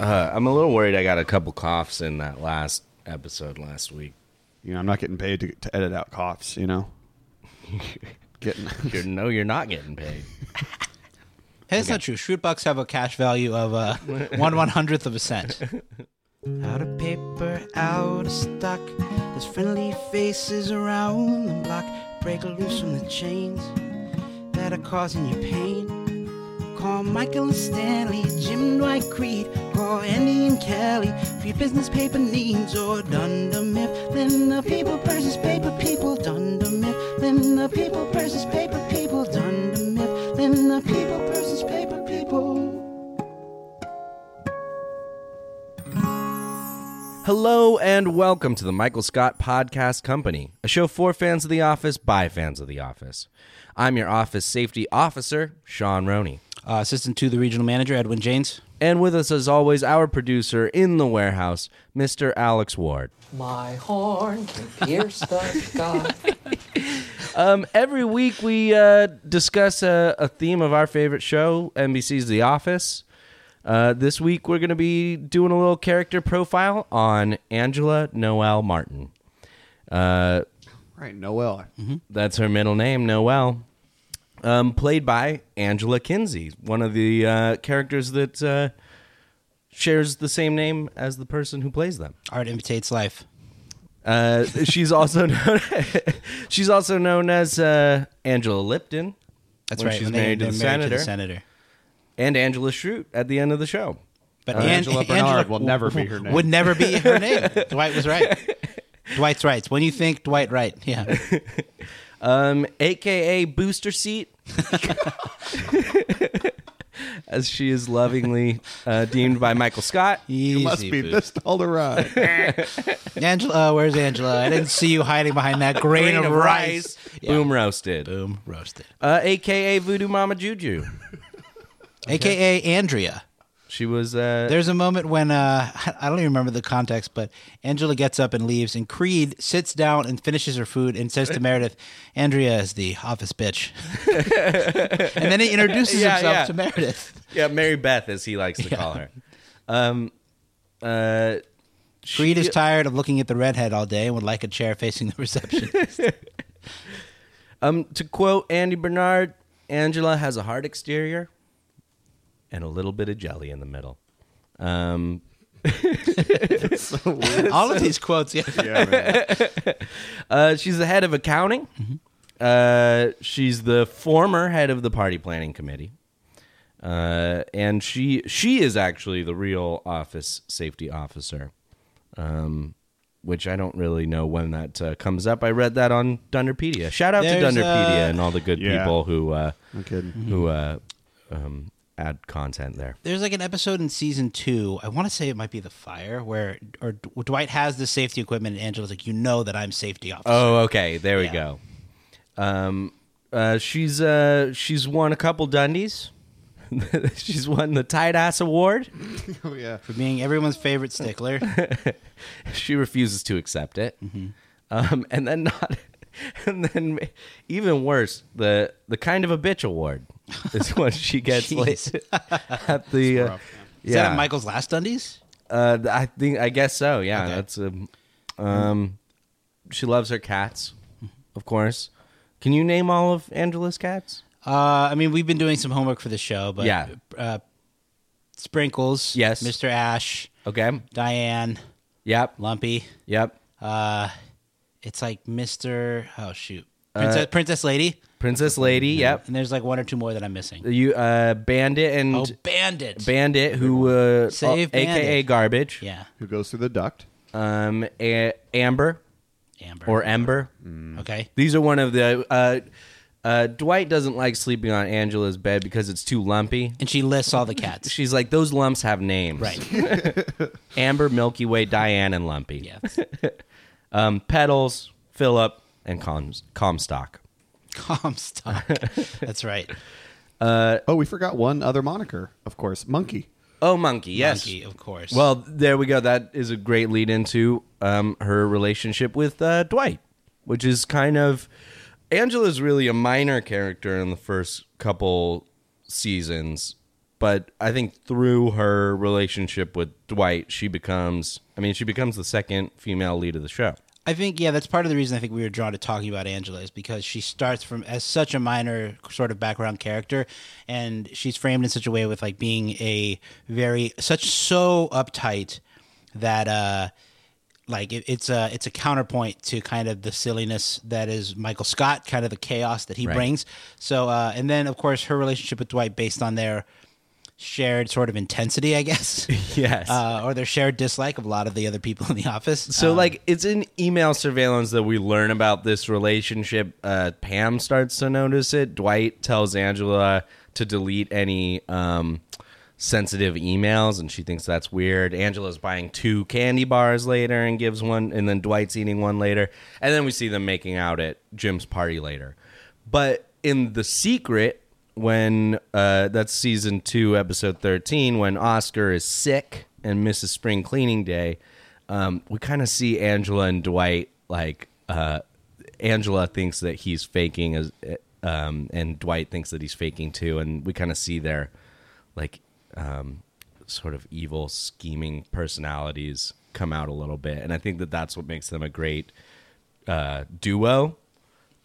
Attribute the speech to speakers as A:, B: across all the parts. A: Uh, I'm a little worried. I got a couple coughs in that last episode last week.
B: You know, I'm not getting paid to, to edit out coughs. You know, getting
A: You're, no, you're not getting paid.
C: Hey, that's not true. Shrewd bucks have a cash value of uh, one one hundredth of a cent.
D: Out of paper, out of stock. There's friendly faces around the block. Break loose from the chains that are causing you pain. Call Michael and Stanley, Jim Dwight Creed, call Andy and Kelly for your business paper needs or Dunder Mifflin. The people versus paper people, Dunder Mifflin. The people versus paper people, Dunder Mifflin. The people versus paper people.
A: Hello and welcome to the Michael Scott Podcast Company, a show for fans of The Office by fans of The Office. I'm your office safety officer, Sean Roney.
C: Uh, assistant to the regional manager, Edwin James.
A: And with us, as always, our producer in the warehouse, Mr. Alex Ward.
E: My horn can pierce the sky.
A: Um, every week we uh, discuss a, a theme of our favorite show, NBC's The Office. Uh, this week we're going to be doing a little character profile on Angela Noel Martin. Uh,
B: right. Noel,
A: that's her middle name, Noel. Um, played by Angela Kinsey, one of the uh, characters that uh, shares the same name as the person who plays them.
C: Art imitates life.
A: Uh, she's also known she's also known as uh, Angela Lipton.
C: That's
A: when
C: right.
A: She's
C: when they-
A: married, to,
C: they're
A: the
C: married
A: senator,
C: senator.
A: and Angela Schrute at the end of the show.
C: But
A: Uh,
C: An-
B: Angela Bernard will never be her name.
C: Would never be her name. Dwight was right. Dwight's right. When you think Dwight right, yeah.
A: Um, AKA Booster Seat. As she is lovingly uh, deemed by Michael Scott.
C: You
B: must be this all to ride.
C: Angela, where's Angela? I didn't see you hiding behind that grain,
A: Grain
C: of,
A: of
C: rice. Yeah.
A: Boom roasted.
C: Boom, roasted.
A: Uh, AKA Voodoo Mama Juju.
C: AKA Andrea.
A: She was. Uh,
C: There's a moment when uh, I don't even remember the context, but Angela gets up and leaves, and Creed sits down and finishes her food and says to Meredith, "Andrea is the office bitch," and then he introduces
A: Yeah,
C: himself
A: yeah.
C: to Meredith.
A: yeah, Mary Beth, as he likes to call her. Um, uh,
C: Creed
A: she-
C: is tired of looking at the redhead all day and would like a chair facing the receptionist.
A: Um, to quote Andy Bernard, Angela has a hard exterior and a little bit of jelly in the middle. Um,
C: all of these quotes, yeah.
B: yeah, man.
A: uh, she's the head of accounting. Uh, she's the former head of the party planning committee. Uh, and she she is actually the real office safety officer, um, which I don't really know when that uh, comes up. I read that on Dunderpedia. Shout out
C: There's,
A: to Dunderpedia
C: uh,
A: and all the good
B: Yeah.
A: people who uh,
B: No kidding.
A: who uh, um, add content there.
C: There's like an episode in season two. I want to say it might be the fire where or D- Dwight has the safety equipment, and Angela's like, "You know that I'm safety officer."
A: Oh, okay. There we
C: Yeah.
A: go. Um, uh, she's uh, she's won a couple Dundies. she's won the tight ass award.
B: Oh, yeah.
C: For being everyone's favorite stickler.
A: She refuses to accept it.
C: Mm-hmm.
A: Um, and then not, and then even worse, the the kind of a bitch award is what she gets
C: Jeez.
A: late at the. Uh,
C: Is that
A: yeah,
C: at Michael's last Dundies?
A: uh, I think I guess so. Yeah,
C: Okay. Mm-hmm.
A: that's um, um, she loves her cats, of course. Can you name all of Angela's cats?
C: Uh, I mean, we've been doing some homework for the show, but
A: Yeah.
C: uh, Sprinkles,
A: Yes.
C: Mr. Ash,
A: Okay.
C: Diane,
A: Yep.
C: Lumpy.
A: Yep.
C: Uh, it's like Mr. Oh shoot, Princess, Princess Lady,
A: Princess Lady. Uh, Yep.
C: and there's like one or two more that I'm missing.
A: You uh Bandit and
C: Oh, Bandit.
A: Bandit who uh
C: Save
A: aka
C: Bandit.
A: Garbage.
C: yeah,
B: Who goes through the duct?
A: Um A- Amber
C: Amber. Mm.
A: or Ember.
C: okay,
A: These are one of the uh Uh, Dwight doesn't like sleeping on Angela's bed because it's too lumpy.
C: And she lists all the cats.
A: She's like, those lumps have names.
C: right.
A: Amber, Milky Way, Diane, and Lumpy.
C: Yeah.
A: Um, Petals, Philip, and Com- Comstock.
C: Comstock. That's right.
B: Oh, we forgot one other moniker, of course, Monkey.
A: Oh, Monkey, yes.
C: Monkey, of course.
A: Well, there we go. That is a great lead into um, her relationship with uh, Dwight, which is kind of Angela's really a minor character in the first couple seasons, but I think through her relationship with Dwight, she becomes. I mean, she becomes the second female lead of the show.
C: I think yeah, that's part of the reason I think we were drawn to talking about Angela is because she starts from as such a minor sort of background character, and she's framed in such a way with like being a very such so uptight that uh like it, it's a it's a counterpoint to kind of the silliness that is Michael Scott, kind of the chaos that he
A: Right.
C: brings. So uh and then of course her relationship with Dwight based on their shared sort of intensity, I guess.
A: Yes.
C: Uh, or their shared dislike of a lot of the other people in the office.
A: So,
C: Um,
A: like, it's in email surveillance that we learn about this relationship. Uh, Pam starts to notice it. Dwight tells Angela to delete any um, sensitive emails, and she thinks that's weird. Angela's buying two candy bars later and gives one, and then Dwight's eating one later. And then we see them making out at Jim's party later. But in The Secret, when uh, that's season two, episode 13, when Oscar is sick and misses spring cleaning day, um, we kind of see Angela and Dwight like uh, Angela thinks that he's faking, as, um, and Dwight thinks that he's faking too, and we kind of see their like um, sort of evil scheming personalities come out a little bit, and I think that that's what makes them a great uh, duo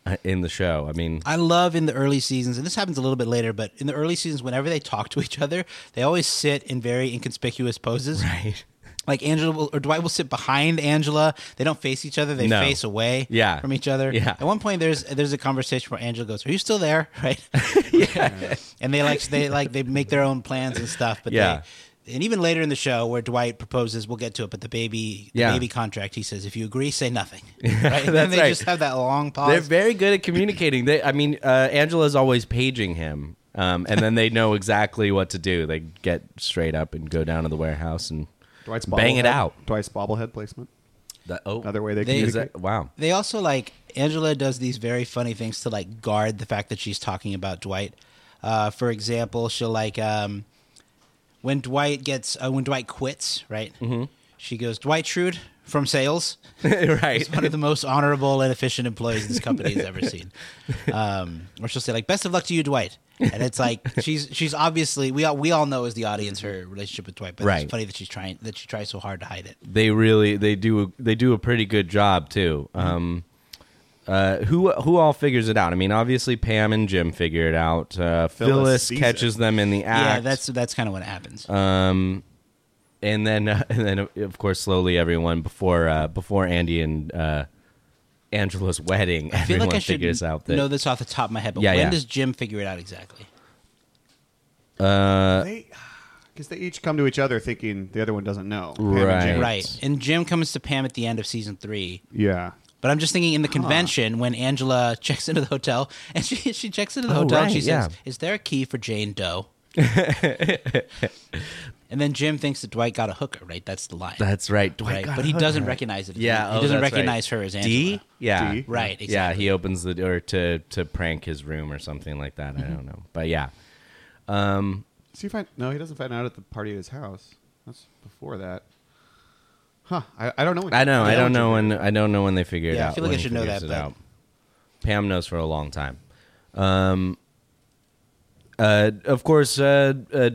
A: uh, in the show. I mean,
C: I love in the early seasons, and this happens a little bit later, but in the early seasons, whenever they talk to each other, they always sit in very inconspicuous poses.
A: right?
C: Like Angela will, or Dwight will sit behind Angela. They don't face each other. They
A: No.
C: face away
A: Yeah.
C: from each other.
A: Yeah.
C: At one point, there's there's a conversation where Angela goes, "Are you still there?" Right. and they like they like they make their own plans and stuff. But
A: Yeah.
C: They, and even later in the show, where Dwight proposes, we'll get to it. But the baby, the
A: Yeah.
C: baby contract, he says, "If you agree, say nothing." Right. and then
A: That's
C: they
A: right.
C: just have that long pause.
A: They're very good at communicating. They, I mean, uh, Angela's always paging him, um, and then they know exactly what to do. They get straight up and go down to the warehouse and
B: Dwight's
A: bang it
B: bobblehead-
A: out.
B: Dwight's bobblehead placement.
A: The, oh,
B: Another way they,
C: They-
A: is
B: communicate.
A: that, wow.
C: They also like Angela does these very funny things to like guard the fact that she's talking about Dwight. Uh, for example, she'll like um, when Dwight gets uh, when Dwight quits, right? Mm-hmm. She goes, Dwight Schrute from sales,
A: right.
C: He's one of the most honorable and efficient employees this company has ever seen. Um, or she'll say like, "Best of luck to you, Dwight." And it's like she's she's obviously we all we all know as the audience her relationship with Dwight, but
A: Right.
C: it's funny that she's trying that she tries so hard to hide it.
A: They really they do they do a pretty good job too.
B: Mm-hmm.
A: Um, uh, who who all figures it out? I mean, obviously Pam and Jim figure it out. Uh, Phyllis,
B: Phyllis sees
A: catches them in the act.
C: Yeah, that's that's kind of what happens.
A: and then uh, and then of course slowly everyone before uh, before Andy and uh, Angela's wedding,
C: I feel
A: everyone
C: like I should
A: figures out that
C: know this off the top of my head, but
A: Yeah,
C: when
A: yeah.
C: does Jim figure it out exactly?
A: Uh,
B: Because they each come to each other thinking the other one doesn't know. Pam and
A: Right.
B: James.
C: Right. And Jim comes to Pam at the end of season three.
B: Yeah.
C: But I'm just thinking in the convention when Angela checks into the hotel and she she checks into the
A: Oh,
C: hotel
A: right,
C: and she says,
A: yeah.
C: Is there a key for Jane Doe? and then Jim thinks that Dwight got a hooker, right? That's the line.
A: that's right, Dwight
C: right.
A: got
C: But he
A: hooked.
C: doesn't recognize it.
A: yeah,
C: He
A: oh,
C: doesn't
A: that's right.
C: recognize her as Angela.
A: D, yeah,
B: D.
C: Right,
A: yeah.
C: exactly.
A: He opens the door to to prank his room or something like that.
C: Mm-hmm.
A: I don't know, but yeah,
B: Does he find? No, he doesn't find out at the party at his house. That's before that. Huh. I, I don't know. When
A: I know. I don't
B: when-
A: know when I don't know when they figure it
C: Yeah, I
A: out.
C: feel like
A: when
C: I
A: he
C: should know
A: figures
C: that,
A: it
C: but-
A: out. Pam knows for a long time. Um. Uh, of course. Uh, uh,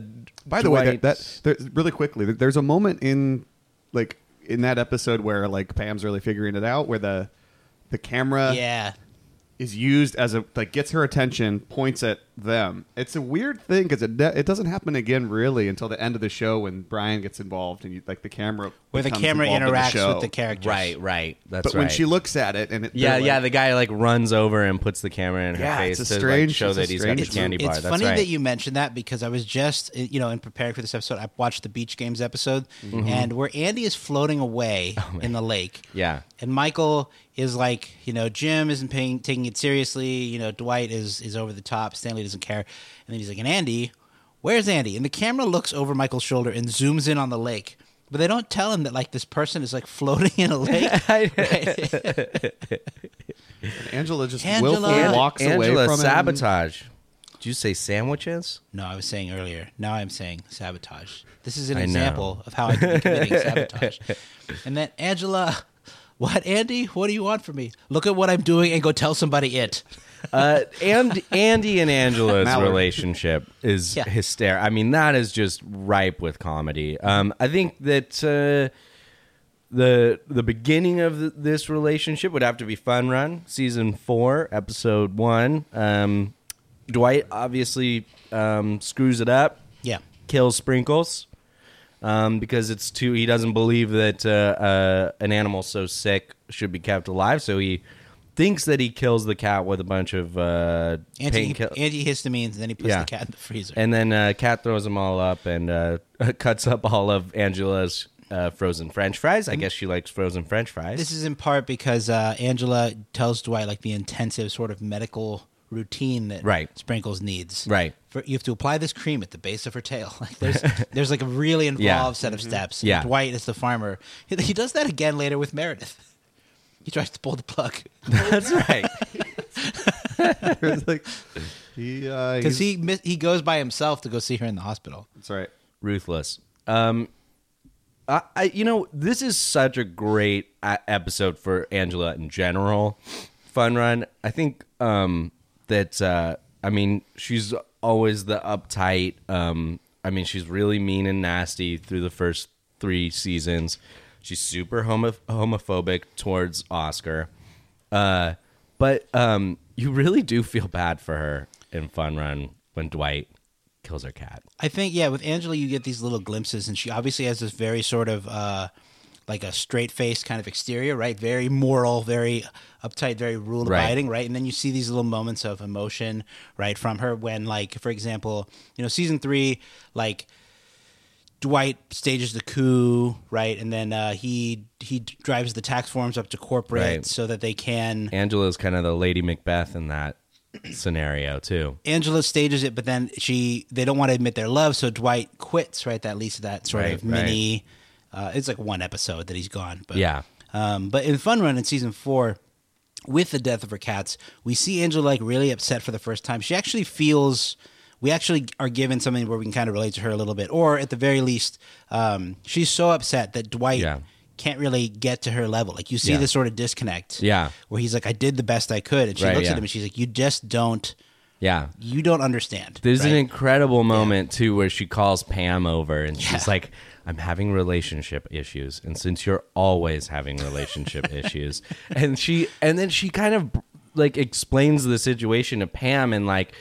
B: By the way, that,
A: Dwight's-
B: that there, really quickly, there- there's a moment in like in that episode where like Pam's really figuring it out, where the the camera
C: Yeah.
B: is used as a like gets her attention, points at them. It's a weird thing because it de- it doesn't happen again really until the end of the show when Brian gets involved and you, like the camera
C: Where the
B: becomes
C: camera
B: involved in
C: interacts
B: show.
C: with the characters.
A: right, right. That's
B: But
A: right.
B: when she looks at it and it,
A: yeah,
B: they're
A: yeah,
B: like-
A: the guy like runs over and puts the camera in her
B: Yeah,
A: face
B: it's a
A: to
B: strange-
A: like, show
B: it's a
A: that he's got the
B: strange
A: candy
C: it's
A: bar. That's
C: funny
A: right.
C: that you mentioned that because I was just uh, you know in preparing for this episode, I watched the Beach Games episode,
A: Mm-hmm.
C: and where Andy is floating away in the lake,
A: Oh, Yeah.
C: and Michael is like, you know, Jim isn't paying taking it seriously. You know, Dwight is is over the top. Stanley doesn't care, and then he's like, "And Andy, where's Andy?" And the camera looks over Michael's shoulder and zooms in on the lake. But they don't tell him that like this person is like floating in a lake. Right?
B: And Angela just
C: Angela-
B: willfully
C: Ang-
B: walks
A: Angela
B: away from him.
A: sabotage. Did you say sandwiches?
C: No, I was saying earlier. Now I'm saying sabotage. This is an
A: I know.
C: example of how I can be committing sabotage. And then Angela, what Andy? What do you want from me? Look at what I'm doing and go tell somebody it.
A: Uh, and Andy and Angela's
B: Mallory.
A: relationship is
C: Yeah.
A: hysterical. I mean, that is just ripe with comedy. Um, I think that uh, the the beginning of th this relationship would have to be Fun Run, season four, episode one. Um, Dwight obviously um, screws it up,
C: Yeah.
A: kills Sprinkles. Um, because it's too, he doesn't believe that uh, uh, an animal so sick should be kept alive, so he thinks that he kills the cat with a bunch of uh,
C: Anti
A: painkillers.
C: antihistamines, and then he puts
A: Yeah.
C: the cat in the freezer.
A: And then uh, Kat throws them all up and uh, cuts up all of Angela's uh, frozen French fries. I guess she likes frozen French fries.
C: This is in part because uh, Angela tells Dwight like the intensive sort of medical routine that
A: Right.
C: Sprinkles needs.
A: Right.
C: For, you have to apply this cream at the base of her tail. Like there's there's like a really involved set of steps. And
A: Yeah.
C: Dwight is the farmer. He, he does that again later with Meredith. He tries to pull the plug
A: That's right.
B: It's like, he, uh,
C: because he
B: he's-
C: mi- he goes by himself to go see her in the hospital.
B: That's right.
A: Ruthless. Um, I, I, you know, this is such a great uh, episode for Angela in general. Fun run. I think um, that uh, I mean she's always the uptight. Um, I mean she's really mean and nasty through the first three seasons. She's super homo- homophobic towards Oscar, uh, but um, you really do feel bad for her in Fun Run when Dwight kills her cat.
C: I think yeah, with Angela you get these little glimpses, and she obviously has this very sort of uh, like a straight face kind of exterior, right? Very moral, very uptight, very rule abiding, right. And then you see these little moments of emotion, right, from her when, like, for example, you know, season three, like Dwight stages the coup, right, and then uh, he he drives the tax forms up to corporate
A: Right.
C: so that they can
A: Angela's kind of the Lady Macbeth in that scenario too.
C: Angela stages it, but then she they don't want to admit their love, so Dwight quits. Right, that leads to that sort
A: Right,
C: of mini. Uh, it's like one episode that he's gone. But
A: Yeah.
C: um, but in Fun Run in season four, with the death of her cats, we see Angela like really upset for the first time. She actually feels. We actually are given something where we can kind of relate to her a little bit, or at the very least, um, she's so upset that Dwight
A: Yeah.
C: can't really get to her level. Like you see
A: Yeah.
C: this sort of disconnect,
A: Yeah.
C: where he's like, "I did the best I could," and she
A: Right,
C: looks
A: yeah.
C: at him and she's like, "You just don't."
A: Yeah.
C: you don't understand.
A: There's an
C: right?
A: incredible moment too where she calls Pam over and she's like, I'm having relationship issues. And since you're always having relationship issues, and she and then she kind of like explains the situation to Pam and like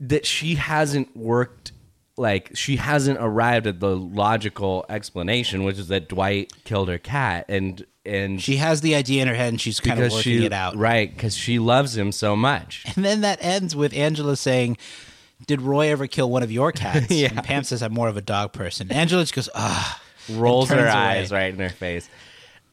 A: that she hasn't worked like she hasn't arrived at the logical explanation, which is that Dwight killed her cat and and
C: she has the idea in her head and she's kind of working
A: she,
C: it out.
A: Right, because she loves him so much.
C: And then that ends with Angela saying, "Did Roy ever kill one of your cats?"
A: Yeah.
C: And Pam says, "I'm more of a dog person." Angela just goes, "Ah."
A: Rolls her
C: turns
A: eyes
C: away.
A: right in her face.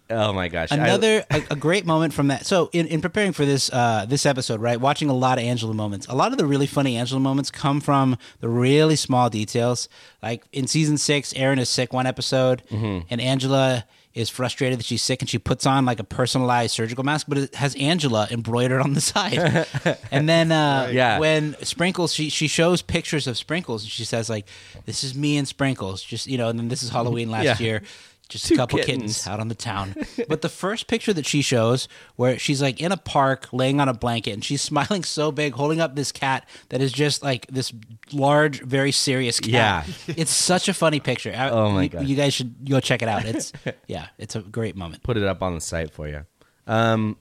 A: Oh my gosh. I-
C: Another a, a great moment from that. So in, in preparing for this uh, this episode, right, watching a lot of Angela moments. A lot of the really funny Angela moments come from the really small details. Like in season six, Aaron is sick one episode,
A: Mm-hmm.
C: and Angela is frustrated that she's sick, and she puts on like a personalized surgical mask, but it has Angela embroidered on the side. and then uh,
A: Yeah.
C: when Sprinkles, she she shows pictures of Sprinkles, and she says like, "This is me and Sprinkles," just you know, and then this is Halloween last
A: Yeah.
C: year. Just
A: Two
C: a couple
A: kittens.
C: kittens out on the town. but the first picture that she shows, where she's like in a park laying on a blanket and she's smiling so big, holding up this cat that is just like this large, very serious cat.
A: Yeah.
C: It's such a funny picture. I-
A: Oh my
C: you,
A: God.
C: You guys should go check it out. It's, yeah, it's a great moment.
A: put it up on the site for you. Um, uh,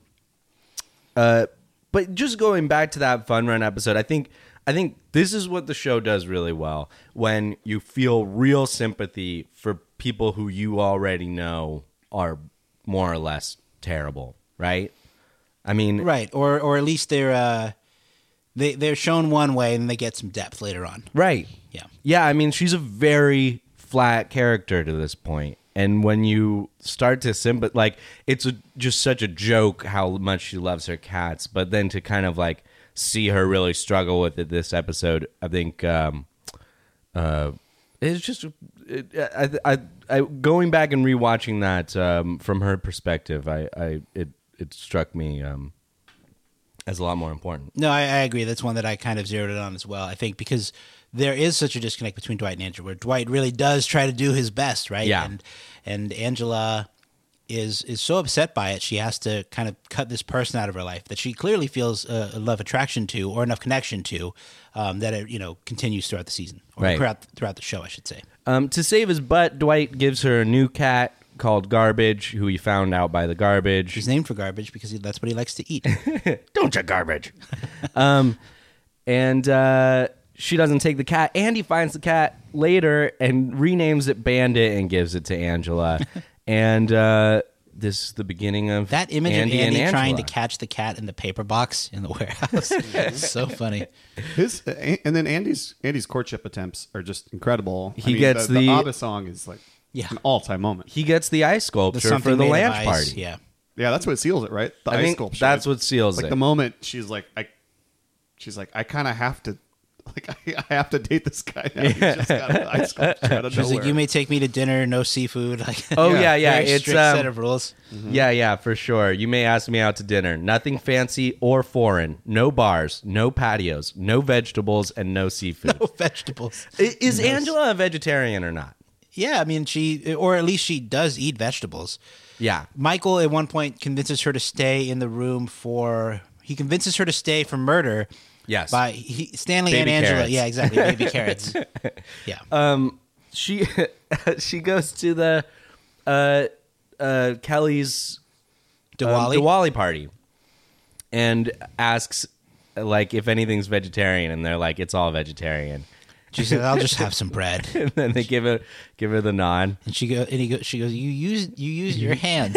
A: but just going back to that fun run episode, I think I think this is what the show does really well when you feel real sympathy for people who you already know are more or less terrible, right? I mean,
C: Right. Or, or at least they're, uh, they, they're shown one way and they get some depth later on.
A: Right.
C: Yeah.
A: Yeah, I mean, she's a very flat character to this point. And when you start to sim, but like it's a, just such a joke how much she loves her cats. But then to kind of like see her really struggle with it this episode, I think um, uh, it's just it, I, I, I going back and rewatching that um, from her perspective, I, I it it struck me um, as a lot more important.
C: No, I, I agree. That's one that I kind of zeroed it on as well. I think because there is such a disconnect between Dwight and Angela, where Dwight really does try to do his best, right?
A: Yeah.
C: And and Angela is is so upset by it, she has to kind of cut this person out of her life that she clearly feels a, a love attraction to or enough connection to um, that it you know continues throughout the season or
A: Right.
C: throughout throughout the show, I should say.
A: Um, to save his butt, Dwight gives her a new cat called Garbage, who he found out by the garbage.
C: He's named for garbage because he, that's what he likes to eat.
A: Don't you garbage? um, and uh, she doesn't take the cat. Andy finds the cat later and renames it Bandit and gives it to Angela. and uh, this is the beginning of
C: That image
A: Andy
C: of Andy
A: and
C: trying to
A: Angela.
C: catch the cat in the paper box in the warehouse. so funny.
B: His uh, and then Andy's Andy's courtship attempts are just incredible. I
A: He
B: mean,
A: gets
B: the, the
A: the-
B: Abba song is like
C: Yeah.
B: an all time moment.
A: He gets the ice
C: There's
A: sculpture
C: something
A: for the
C: made of
A: lunch
C: ice,
A: party.
C: Yeah.
B: Yeah, that's what seals it, right? The
A: I
B: ice
A: think
B: sculpture.
A: that's what seals
B: like
A: it.
B: the moment she's like, I, she's like, I kind of have to, like, I, I have to date this guy. Now. He just got an ice sculpture out of
C: She's
B: nowhere.
C: like, you may take me to dinner, no seafood. Like,
A: Oh, yeah, yeah,
C: very
A: it's,
C: strict
A: um,
C: set of rules.
A: Yeah, yeah, for sure. You may ask me out to dinner. Nothing fancy or foreign. No bars, no patios, no vegetables, and no seafood.
C: No vegetables.
A: I- Is Angela a vegetarian or not?
C: Yeah, I mean, she, or at least she does eat vegetables.
A: Yeah.
C: Michael at one point convinces her to stay in the room for. He convinces her to stay for murder.
A: Yes.
C: By he, Stanley
A: Baby
C: and Angela.
A: carrots. Uh, um,
C: Yeah, exactly. Baby carrots. Yeah.
A: She she goes to the uh uh Kelly's um,
C: Diwali.
A: Diwali party and asks like if anything's vegetarian and they're like it's all vegetarian.
C: She said, "I'll just have some bread."
A: And then they give her give her the nod.
C: And she go, and he go, she goes, "You use you use your hands."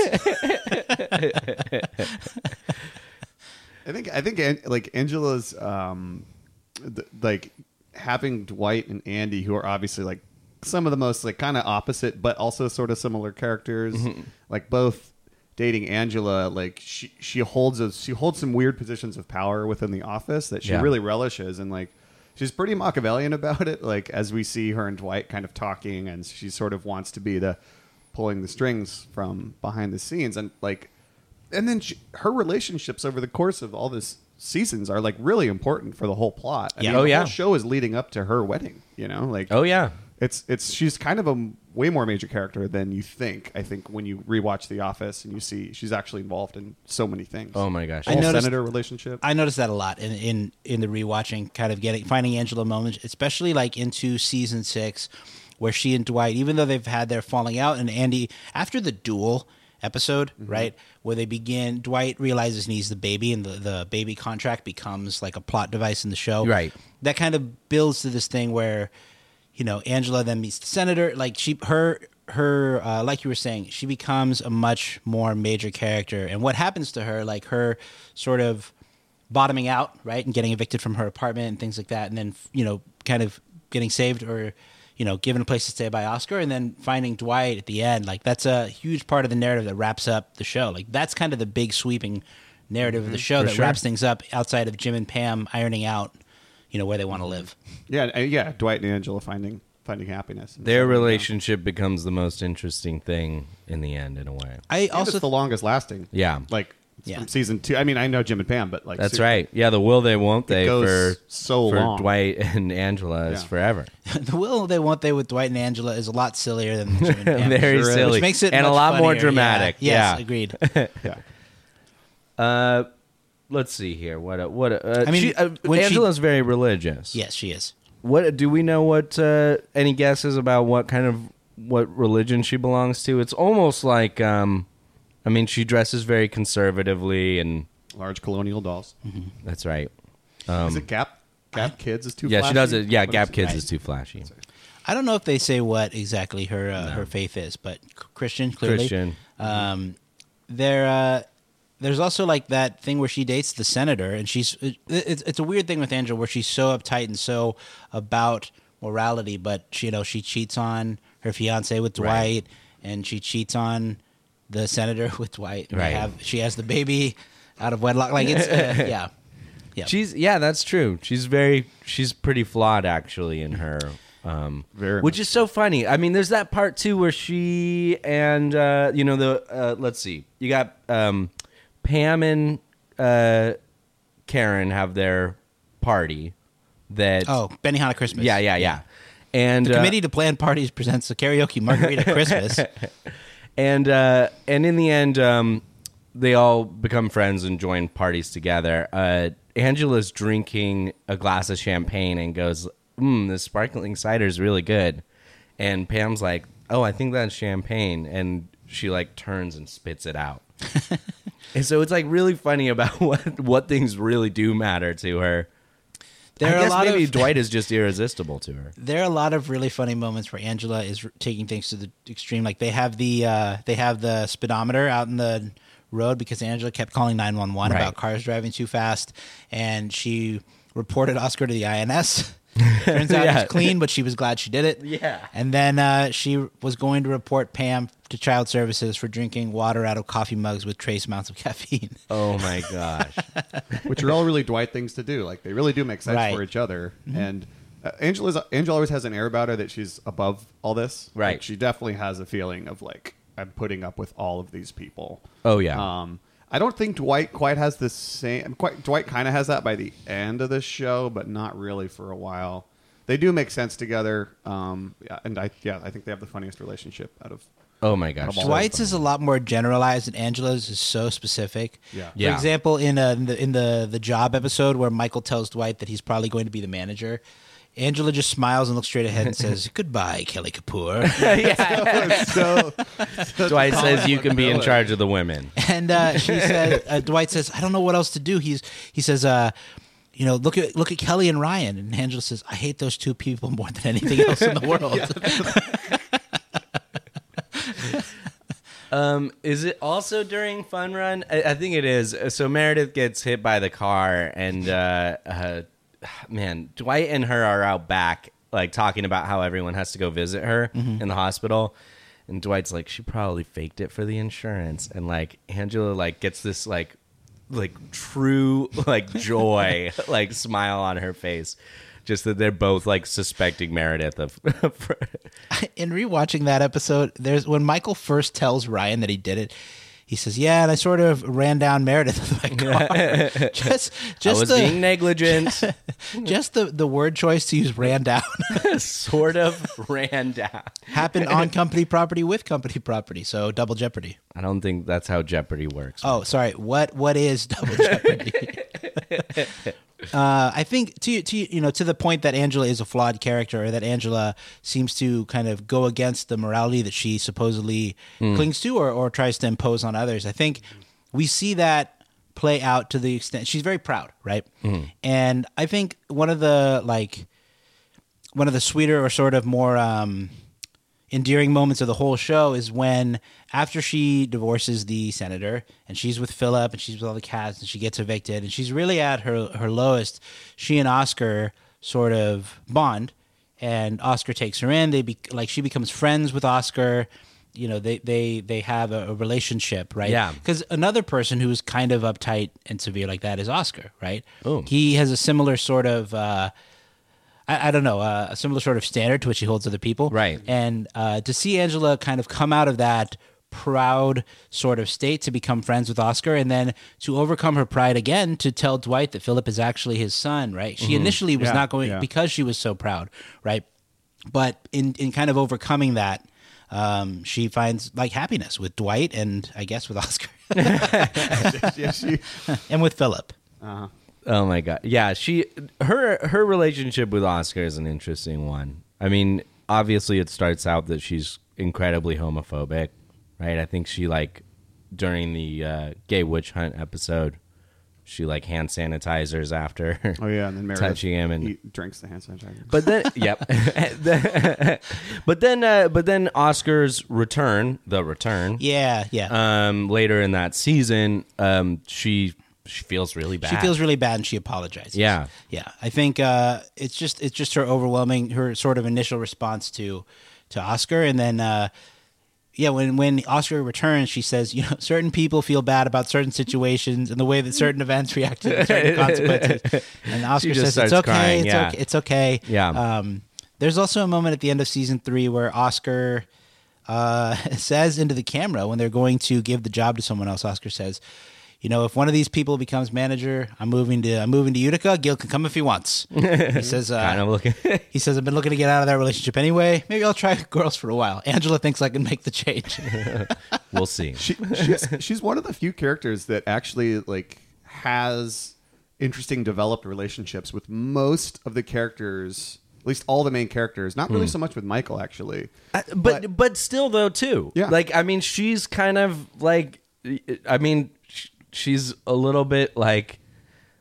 B: I think I think An- like Angela's um th- like having Dwight and Andy who are obviously like some of the most like kind of opposite but also sort of similar characters
A: Mm-hmm.
B: like both dating Angela like she she holds a she holds some weird positions of power within the office that she
A: Yeah.
B: really relishes and like she's pretty Machiavellian about it like as we see her and Dwight kind of talking and she sort of wants to be the pulling the strings from behind the scenes and like and then she, her relationships over the course of all this seasons are like really important for the whole plot. I
C: Yeah.
B: mean,
C: Oh,
B: the
A: yeah.
B: whole show is leading up to her wedding. You know, like
A: Oh yeah.
B: it's it's she's kind of a way more major character than you think. I think when you rewatch The Office and you see she's actually involved in so many things.
A: Oh my gosh.
C: I
B: All
C: noticed-
B: senator relationship.
C: I noticed that a lot in in in the rewatching, kind of getting finding Angela moments, especially like into season six, where she and Dwight, even though they've had their falling out, and Andy after the duel episode, right, where they begin, Dwight realizes he needs the baby, and the the baby contract becomes like a plot device in the show,
A: Right.
C: That kind of builds to this thing where, you know, Angela then meets the senator, like she her. Her, uh, like you were saying, she becomes a much more major character, and what happens to her, like her sort of bottoming out, right, and getting evicted from her apartment and things like that, and then you know, kind of getting saved or you know, given a place to stay by Oscar, and then finding Dwight at the end. Like that's a huge part of the narrative that wraps up the show. Like that's kind of the big sweeping narrative of the show that
A: sure.
C: wraps things up outside of Jim and Pam ironing out, you know, where they want to live.
B: yeah, uh, yeah. Dwight and Angela finding finding happiness. and
A: Their
B: stuff like that.
A: relationship becomes the most interesting thing in the end in a way.
C: I
B: And
C: also
B: it's the longest lasting.
A: Yeah.
B: like
C: Yeah.
B: from season two. I mean, I know Jim and Pam, but like
A: That's
B: ser-
A: right. Yeah, the will they won't they
B: goes
A: for
B: so
A: for
B: long.
A: Dwight and Angela is
B: Yeah.
A: forever.
C: the will they want they with Dwight and Angela is a lot sillier than the Jim and Pam.
A: Very
C: Which
A: silly.
C: makes it
A: And a
C: much
A: lot more
C: funnier. Yeah.
A: dramatic.
C: Yes,
A: Yeah.
C: agreed.
B: Yeah.
A: Uh, let's see here. What uh, what uh,
C: I mean,
A: she, uh,
C: when she-
A: Angela's very religious.
C: yes, she is.
A: What do we know? What uh, any guesses about what kind of what religion she belongs to? It's almost like um, I mean, she dresses very conservatively, and
B: Large colonial dolls.
A: that's right.
B: is it Gap? Gap Kids is too.
A: Um, Yeah, she
B: flashy?
A: does it. Yeah,
B: What is
A: Gap
B: it?
A: Kids is too flashy.
C: I don't know if they say what exactly her uh, her faith is, but c- Christian clearly.
A: Christian.
C: Um, there, uh, there's also like that thing where she dates the senator, and she's uh, it, it's it's a weird thing with Angela where she's so uptight and so about morality, but she, you know she cheats on her fiance with Dwight, and she cheats on the senator with Dwight. They
A: Right.
C: have- she has the baby out of wedlock. Like it's uh, yeah, yeah.
A: She's yeah, that's true. She's very she's pretty flawed actually in her um
B: Very
A: which
B: much
A: is so funny. I mean, there's that part too where she and uh you know the uh let's see. You got um Pam and uh Karen have their party that
C: oh, Benihana Christmas.
A: yeah, yeah, yeah. And
C: The
A: uh,
C: Committee to Plan Parties presents the karaoke margarita Christmas.
A: and uh, and in the end, um, they all become friends and join parties together. Uh, Angela's drinking a glass of champagne and goes, "Mmm, this sparkling cider is really good." And Pam's like, "Oh, I think that's champagne," and she like turns and spits it out. and so it's like really funny about what what things really do matter to her.
C: There
A: I
C: are a
A: guess
C: lot
A: maybe
C: of-
A: Dwight is just irresistible to her.
C: there are a lot of really funny moments where Angela is r- taking things to the extreme. Like they have the uh, they have the speedometer out in the road because Angela kept calling nine one one
A: Right.
C: about cars driving too fast, and she reported Oscar to the INS. Turns out
A: Yeah.
C: it's clean, but she was glad she did it.
A: Yeah.
C: And then uh, she was going to report Pam to Child Services for drinking water out of coffee mugs with trace amounts of caffeine.
A: Oh my gosh.
B: which are all really Dwight things to do. Like they really do make sense
C: Right.
B: for each other.
A: Mm-hmm.
B: And uh, Angela's Angela always has an air about her that she's above all this. Like,
A: Right.
B: she definitely has a feeling of like I'm putting up with all of these people.
A: Oh, yeah.
B: Um, I don't think Dwight quite has the same. Quite Dwight kind of has that by the end of the show, but not really for a while. They do make sense together, um, yeah, and I yeah I think they have the funniest relationship out of
A: Oh my gosh.
C: Dwight's is a lot more generalized, and Angela's is so specific.
B: Yeah.
C: For
A: Yeah.
C: example, in, uh in the in the the job episode where Michael tells Dwight that he's probably going to be the manager, Angela just smiles and looks straight ahead and says, "Goodbye, Kelly Kapoor."
B: so
A: Dwight says you can be in charge of the women.
C: and uh, she said, uh, "Dwight says, I don't know what else to do." He's he says, uh, "You know, look at look at Kelly and Ryan." And Angela says, "I hate those two people more than anything else in the world."
A: Um, is it also during Fun Run? I, I think it is. So Meredith gets hit by the car, and uh, uh, man, Dwight and her are out back, like talking about how everyone has to go visit her in the hospital. And Dwight's like, she probably faked it for the insurance, and like Angela like gets this like like true like joy like smile on her face, just that they're both like suspecting Meredith of.
C: in rewatching that episode, there's when Michael first tells Ryan that he did it. He says, "Yeah, and I sort of ran down Meredith with my car. just,
A: I
C: just
A: was
C: the,
A: being negligent.
C: just the the word choice to use ran down
A: sort of ran down.
C: happened on company property with company property. So double jeopardy.
A: I don't think that's how Jeopardy works.
C: Oh, sorry. What what is double jeopardy? uh, I think to to you know to the point that Angela is a flawed character, or that Angela seems to kind of go against the morality that she supposedly clings to, or or tries to impose on others. I think we see that play out to the extent she's very proud, right? And I think one of the like one of the sweeter or sort of more um, endearing moments of the whole show is when after she divorces the senator and she's with Philip and she's with all the cats and she gets evicted and she's really at her her lowest. She and Oscar sort of bond, and Oscar takes her in. They be, like she becomes friends with Oscar. You know they they they have a, a relationship, right?
A: Yeah.
C: Because another person who is kind of uptight and severe like that is Oscar, right?
A: Oh.
C: He has a similar sort of. Uh, I, I don't know, uh, a similar sort of standard to which he holds other people.
A: Right.
C: And uh, to see Angela kind of come out of that proud sort of state to become friends with Oscar and then to overcome her pride again to tell Dwight that Philip is actually his son, right? She initially was
B: Mm-hmm. Yeah,
C: not going
B: yeah.
C: because she was so proud, right? But in, in kind of overcoming that, um, she finds like happiness with Dwight and I guess with Oscar
B: yeah, she,
C: and with Philip.
A: Oh my god. Yeah, she her her relationship with Oscar is an interesting one. I mean, obviously it starts out that she's incredibly homophobic, right? I think she like during the uh, gay witch hunt episode, she like hand sanitizers after.
B: oh yeah, and then Meredith
A: touching him and
B: he drinks the hand sanitizer.
A: But then, yep. but then, uh, but then Oscar's return, the return.
C: Yeah, yeah.
A: Um, later in that season, um, she she feels really bad.
C: She feels really bad and she apologizes.
A: Yeah.
C: Yeah. I think uh, it's just it's just her overwhelming her sort of initial response to to Oscar and then uh, yeah, when when Oscar returns, she says, you know, certain people feel bad about certain situations and the way that certain events react to certain consequences. And Oscar
A: She just
C: says, it's
A: starts
C: okay,
A: crying,
C: it's
A: yeah.
C: okay, it's okay.
A: Yeah.
C: Um, there's also a moment at the end of season three where Oscar uh, says into the camera when they're going to give the job to someone else. Oscar says, "You know, if one of these people becomes manager, I'm moving to I'm moving to Utica. Gil can come if he wants." he says, uh,
A: Kind of looking.
C: he says, I've been looking to get out of that relationship anyway. Maybe I'll try girls for a while. Angela thinks I can make the change.
A: we'll see.
B: she, she's she's one of the few characters that actually like has interesting developed relationships with most of the characters at least all the main characters not really so much with michael actually
A: I- but but, still though too
B: Yeah.
A: like i mean she's kind of like i mean sh- she's a little bit like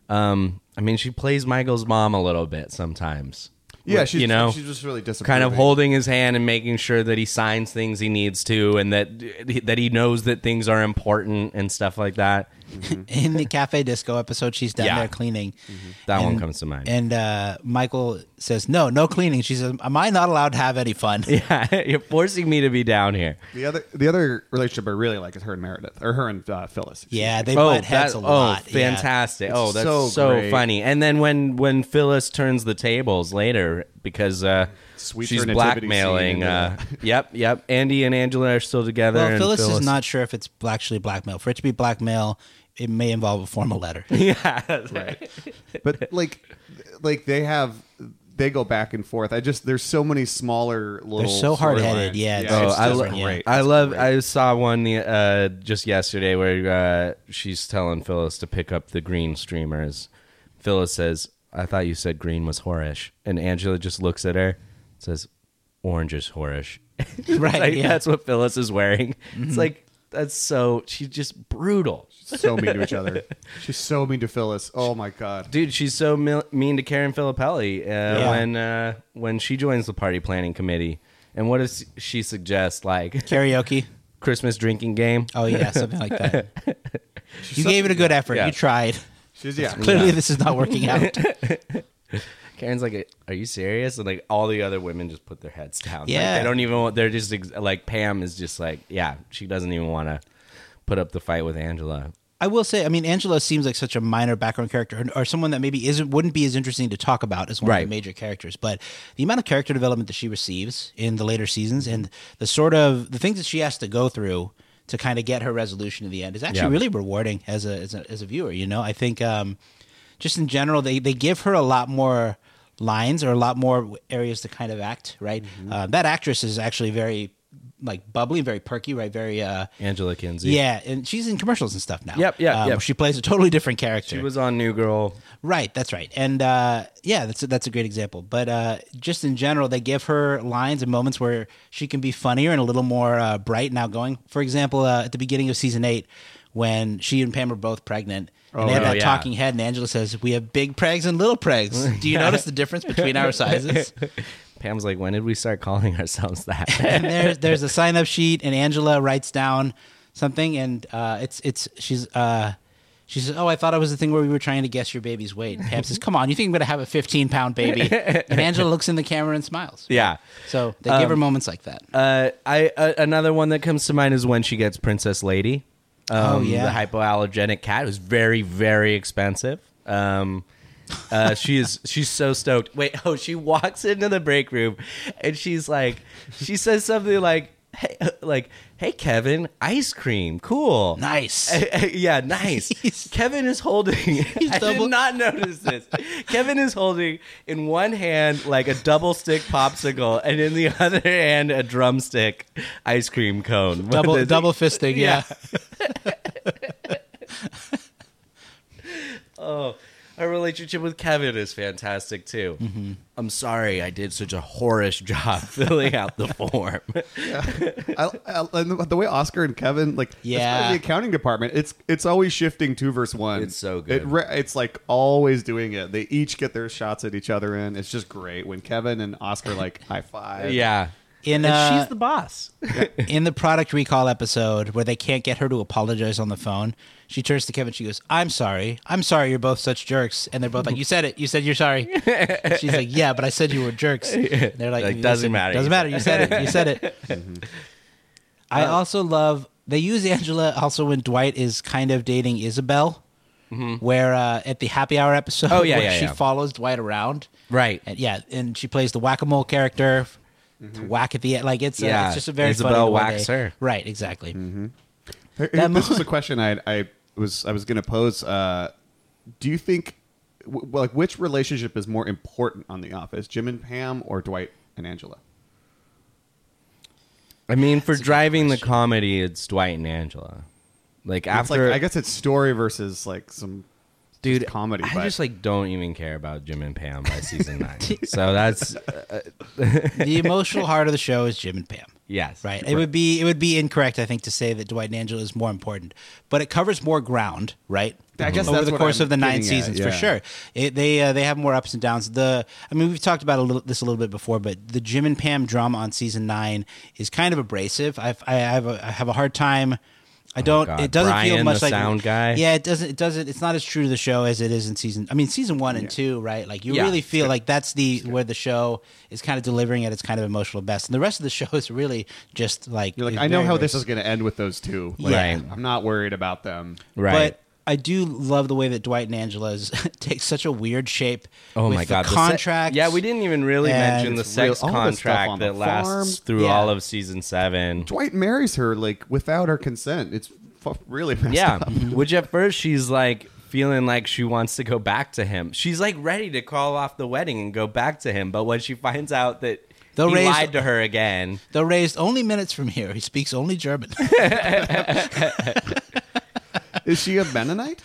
A: um i mean she plays michael's mom a little bit sometimes
B: yeah
A: Like,
B: she's
A: you know
B: she's just really disapproving.
A: kind of holding his hand and making sure that he signs things he needs to and that that he knows that things are important and stuff like that
C: In the Cafe Disco episode, she's down
A: Yeah. Mm-hmm.
C: there cleaning.
A: that one
C: And-
A: comes to mind
C: And uh, Michael says, No, no cleaning. She says, Am I not allowed to have any fun?
A: yeah you're forcing me to be down here
B: the other the other relationship i really like is her and meredith or her and uh, phyllis
C: Yeah, they
A: oh,
C: butt heads
A: that-
C: a lot.
A: oh,
C: yeah.
A: fantastic! Oh, that's
B: so
A: so,
B: great.
A: funny. And then when when Phyllis turns the tables later because uh,
B: Sweeps
A: she's
B: her nativity scene
A: blackmailing.
B: into
A: Uh, yep, yep. Andy and Angela are still together.
C: Well,
A: and
C: Phyllis, is not sure if it's bl- actually blackmail. For it to be blackmail, it may involve a formal letter.
B: but like like they have they go back and forth i just there's so many smaller little
C: so hard-headed,
B: storylines.
C: yeah, it's-
A: Oh,
B: it's
A: I,
B: just
A: lo-
B: great.
A: I
B: It's
A: love.
B: great.
A: I saw one the- uh, just yesterday where uh, she's telling Phyllis to pick up the green streamers. Phyllis says, "I thought you said green was whorish," and Angela just looks at her, and says, "Orange is whorish."
C: right.
A: Like,
C: yeah.
A: That's what Phyllis is wearing.
B: Mm-hmm.
A: It's like that's so she's just brutal,
B: so mean to each other she's so mean to phyllis oh my god
A: dude. She's so mil- mean to Karen Filippelli uh, when uh, when she joins the party planning committee. And what does she suggest? Like
C: Karaoke.
A: Christmas drinking game.
C: Oh, yeah, something like that. you gave it a good effort.
A: Yeah.
C: You tried.
B: she's yeah
C: Clearly, this is not working out.
A: Karen's like, "Are you serious?" And like all the other women just put their heads down. Like,
C: Yeah.
A: they don't even. want They're just ex- like Pam is just like, yeah, she doesn't even want to put up the fight with Angela.
C: I will say, I mean, Angela seems like such a minor background character, or, or someone that maybe isn't wouldn't be as interesting to talk about as one of
A: Right.
C: the major characters. But the amount of character development that she receives in the later seasons, and the sort of the things that she has to go through to kind of get her resolution in the end, is actually
A: Yeah.
C: really rewarding as a, as a as a viewer. You know, I think um, just in general, they they give her a lot more lines or a lot more areas to kind of act. Right,
A: Mm-hmm.
C: uh, that actress is actually very like bubbly, very perky, right, very. Uh,
A: Angela Kinsey.
C: yeah, and she's in commercials and stuff now.
A: Yep, yeah,
C: um,
A: yep.
C: She plays a totally different character.
A: she was on New Girl.
C: right, that's right. And uh, yeah, that's a, that's a great example. But uh, just in general, they give her lines and moments where she can be funnier and a little more uh, bright and outgoing. For example, uh, at the beginning of season eight, when she and Pam are both pregnant. And they have
A: Oh,
C: that
A: yeah.
C: talking head, and Angela says, "We have big pregs and little pregs. Do you notice the difference between our sizes?"
A: Pam's like, when did we start calling ourselves
C: and
A: that?
C: there's there's a sign up sheet, and Angela writes down something, and uh, it's it's she's uh, she says, "Oh, I thought it was the thing where we were trying to guess your baby's weight." And Pam says, "Come on, you think I'm gonna have a 15 pound baby?" And Angela looks in the camera and smiles.
A: yeah. Um,
C: So they give her moments like that.
A: Uh, I uh, another one that comes to mind is when she gets Princess Lady. Um,
C: Oh, yeah.
A: the hypoallergenic cat who's very very expensive. Um, uh, she is she's so stoked. Wait, oh, she walks into the break room and she's like, she says something like, hey, like, hey Kevin, ice cream, cool,
C: Nice.
A: Eh, eh, yeah, nice.
C: He's-
A: Kevin is holding. I
C: double-
A: did not notice this. Kevin is holding in one hand like a double stick popsicle, and in the other hand a drumstick ice cream cone.
C: double
A: What is it?
C: double fisting. Yeah.
A: Our relationship with Kevin is fantastic too. I'm sorry I did such a whorish job filling out the form.
B: I, I, and the, the way Oscar and Kevin like it's
C: Yeah.
B: part of the accounting department, it's it's always shifting two verse one.
A: It's so good.
B: It re- it's like always doing it. They each get their shots at each other, and it's just great when Kevin and Oscar like high five.
A: yeah,
C: In,
A: and
C: uh,
A: she's the boss.
C: in the product recall episode where they can't get her to apologize on the phone, she turns to Kevin. She goes, "I'm sorry. I'm sorry. You're both such jerks." And they're both like, "You said it. You said you're sorry." She's like, "Yeah, but I said you were jerks." And they're like,
A: Like,
C: "Listen,
A: doesn't matter. Mm-hmm.
C: Doesn't matter. You said it. You said it." I
A: Uh,
C: also love they use Angela also when Dwight is kind of dating Isabel, where uh, at the happy hour episode,
A: Mm-hmm. Oh, yeah,
C: where
A: yeah,
C: she
A: yeah.
C: follows Dwight around,
A: Right.
C: and yeah, and she plays the whack a mole character to whack at the end. Like it's uh,
A: Mm-hmm. Yeah,
C: it's just a very
A: Isabel
C: funny way
A: whacks
C: they-
A: her. Mm-hmm.
C: right? Exactly.
B: Hey,
C: That
B: this
C: mo-
B: is a question I I was I was going to pose. Uh, do you think w- like which relationship is more important on The Office, Jim and Pam, or Dwight and Angela?
A: I mean, for driving the comedy, it's Dwight and Angela. Like
B: It's like,
A: after,
B: I guess it's story versus like some
A: dude,
B: just comedy.
A: I
B: but-
A: just like don't even care about Jim and Pam by season nine. so that's uh,
C: the emotional heart of the show is Jim and Pam.
A: yes,
C: Right. It would be it would be incorrect, I think, to say that Dwight and Angela is more important, but it covers more ground, right?
B: I guess
C: over
B: that's
C: the
B: what
C: course
B: I'm
C: of the nine
B: getting at,
C: seasons,
B: yeah.
C: for sure. It, they uh, they have more ups and downs. The I mean, we've talked about a little, this a little bit before, but the Jim and Pam drama on season nine is kind of abrasive. I've, I have a, I have a hard time. I don't.
A: Oh God.
C: it doesn't feel
A: Brian,
C: much
A: the
C: like
A: sound guy?
C: Yeah, it doesn't. It doesn't. It's not as true to the show as it is in season. I mean, season one and two, right? Like you
A: Yeah.
C: really feel like that's the where the show is kind of delivering at its kind of emotional best, and the rest of the show is really just like
B: You're like,
C: is
B: I know
C: very,
B: how
C: very
B: this is going to end with those two. Like,
C: Yeah.
A: Right.
B: I'm not worried about them.
A: right.
C: but I do love the way that Dwight and Angela's take such a weird shape.
A: Oh
C: with
A: my
C: the
A: God! the se-
C: contract.
A: yeah, we didn't even really
C: and-
A: mention the
C: It's
A: sex
B: real- all the stuff on
A: contract
B: the
A: that lasts
B: farm.
A: through
C: Yeah.
A: all of season seven.
B: Dwight marries her like without her consent. It's f- really messed
A: Yeah,
B: up.
A: which at first she's like feeling like she wants to go back to him. She's like ready to call off the wedding and go back to him, but when she finds out that
C: They'll
A: he
C: raise-
A: lied to her again,
C: They're raised only minutes from here. He speaks only German.
B: Is she a Mennonite?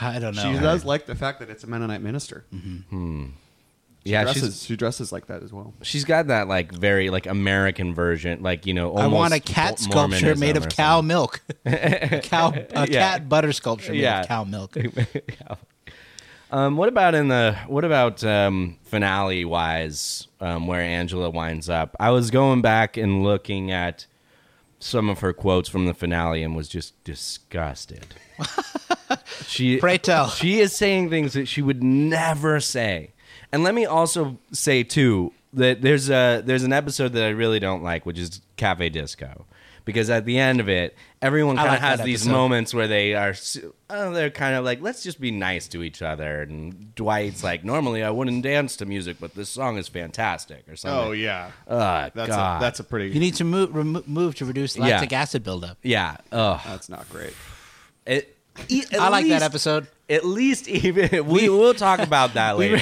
C: I don't know.
B: she does like the fact that it's a Mennonite minister. She
A: Mm-hmm. yeah,
B: dresses,
A: she's
B: she dresses like that as well.
A: she's got that like very like American version, like you know,
C: I
A: almost
C: want a cat
A: Mo-
C: sculpture
A: Mormonism
C: made
A: or
C: of cow milk. a cow, a cat butter sculpture made
A: Yeah.
C: of cow milk.
A: something. um, what about in the what about um, finale wise, um, where Angela winds up? I was going back and looking at some of her quotes from the finale and was just disgusted. she
C: Pray tell.
A: she is saying things that she would never say. And let me also say too that there's a there's an episode that I really don't like, which is Cafe Disco, because at the end of it, everyone
C: I
A: kind of
C: like that
A: has these
C: episode.
A: moments where they are s- oh, they're kind of like let's just be nice to each other. And Dwight's like, normally I wouldn't dance to music, but this song is fantastic or something.
B: Oh yeah,
A: Ugh,
B: that's
A: God.
B: a, that's a pretty.
C: You need to move, remo- move to reduce
A: Yeah.
C: lactic acid buildup.
A: yeah. Ugh.
B: that's not great.
A: It, e- at
C: I like that
A: least-
C: episode.
A: at least even we will talk about that later.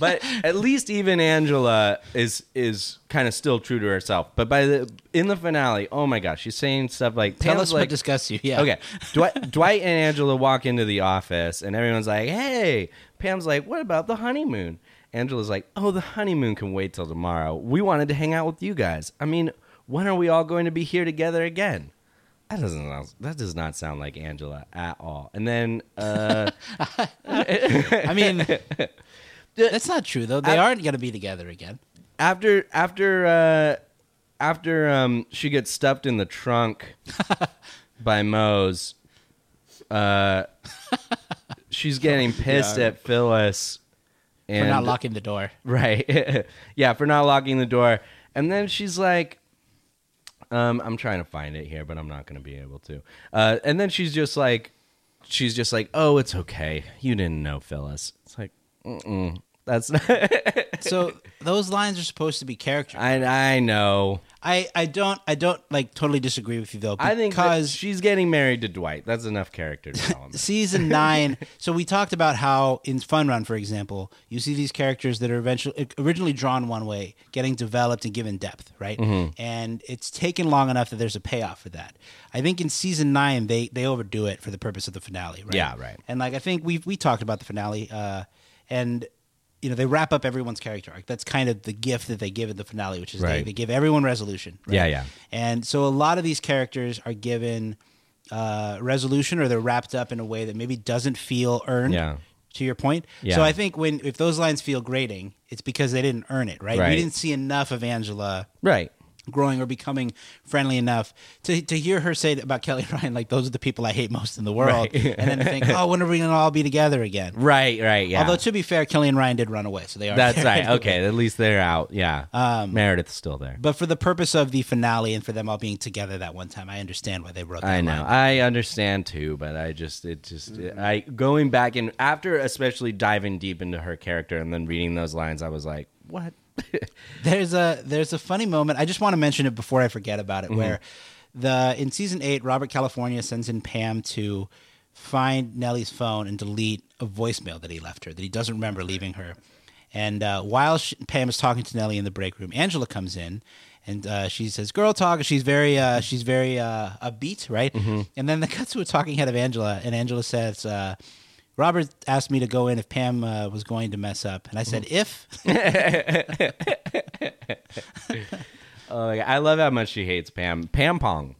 A: but at least even Angela is is kind of still true to herself. But by the in the finale, oh my gosh, she's saying stuff like
C: Tell
A: Pam's
C: us
A: like-
C: what disgusts you. Yeah.
A: Okay. Dwight, Dwight and Angela walk into the office, and everyone's like, "Hey." Pam's like, "What about the honeymoon?" Angela's like, "Oh, the honeymoon can wait till tomorrow. We wanted to hang out with you guys. I mean, when are we all going to be here together again?" That doesn't. That does not sound like Angela at all. And then uh,
C: I mean, that's not true though. They aren't going to be together again.
A: after after uh, after um, she gets stuffed in the trunk by Moe's, uh, she's getting pissed at Phyllis
C: We're
A: and
C: not locking the door.
A: right, yeah, for not locking the door. And then she's like, um, I'm trying to find it here, but I'm not going to be able to. Uh, and then she's just like, she's just like, oh, it's okay. You didn't know Phyllis. It's like, mm-mm. That's not,
C: So those lines are supposed to be character.
A: I I know.
C: I, I don't I don't like totally disagree with you though because
A: I think because she's getting married to Dwight. That's enough character development.
C: season nine. so we talked about how in Fun Run, for example, you see these characters that are eventually uh, originally drawn one way, getting developed and given depth, right?
A: Mm-hmm.
C: And it's taken long enough that there's a payoff for that. I think in season nine they they overdo it for the purpose of the finale, right?
A: Yeah, right.
C: And like I think we we talked about the finale, uh, and you know they wrap up everyone's character arc. That's kind of the gift that they give at the finale, which is they,
A: Right.
C: they give everyone resolution. Right?
A: Yeah, yeah.
C: And so a lot of these characters are given uh, resolution or they're wrapped up in a way that maybe doesn't feel earned.
A: Yeah.
C: To your point.
A: Yeah.
C: So I think when if those lines feel grating, it's because they didn't earn it, right?
A: Right.
C: We didn't see enough of Angela
A: right.
C: growing or becoming friendly enough to, to hear her say about Kelly Ryan, like those are the people I hate most in the world, and then to think, oh, when are we gonna all be together again?
A: Right, right, yeah.
C: Although to be fair, Kelly and Ryan did run away, so they are
A: That's
C: there.
A: right. Okay, at least they're out. Yeah. Meredith's still there.
C: Um, But for the purpose of the finale and for them all being together that one time, I understand why they wrote. That
A: I know.
C: line.
A: I understand too, but I just it just I going back and after especially diving deep into her character and then reading those lines, I was like, what?
C: There's a there's a funny moment. I just want to mention it before I forget about it. Where the in season eight, Robert California sends in Pam to find Nellie's phone and delete a voicemail that he left her that he doesn't remember leaving her. And uh, while she, Pam is talking to Nellie in the break room, Angela comes in. And uh, she says, "Girl talk." She's very, uh, she's very uh, upbeat, right? And then the cuts to a talking head of Angela, and Angela says, uh, "Robert asked me to go in if Pam uh, was going to mess up," and I said, "If."
A: Oh, yeah. I love how much she hates Pam. Pam Pong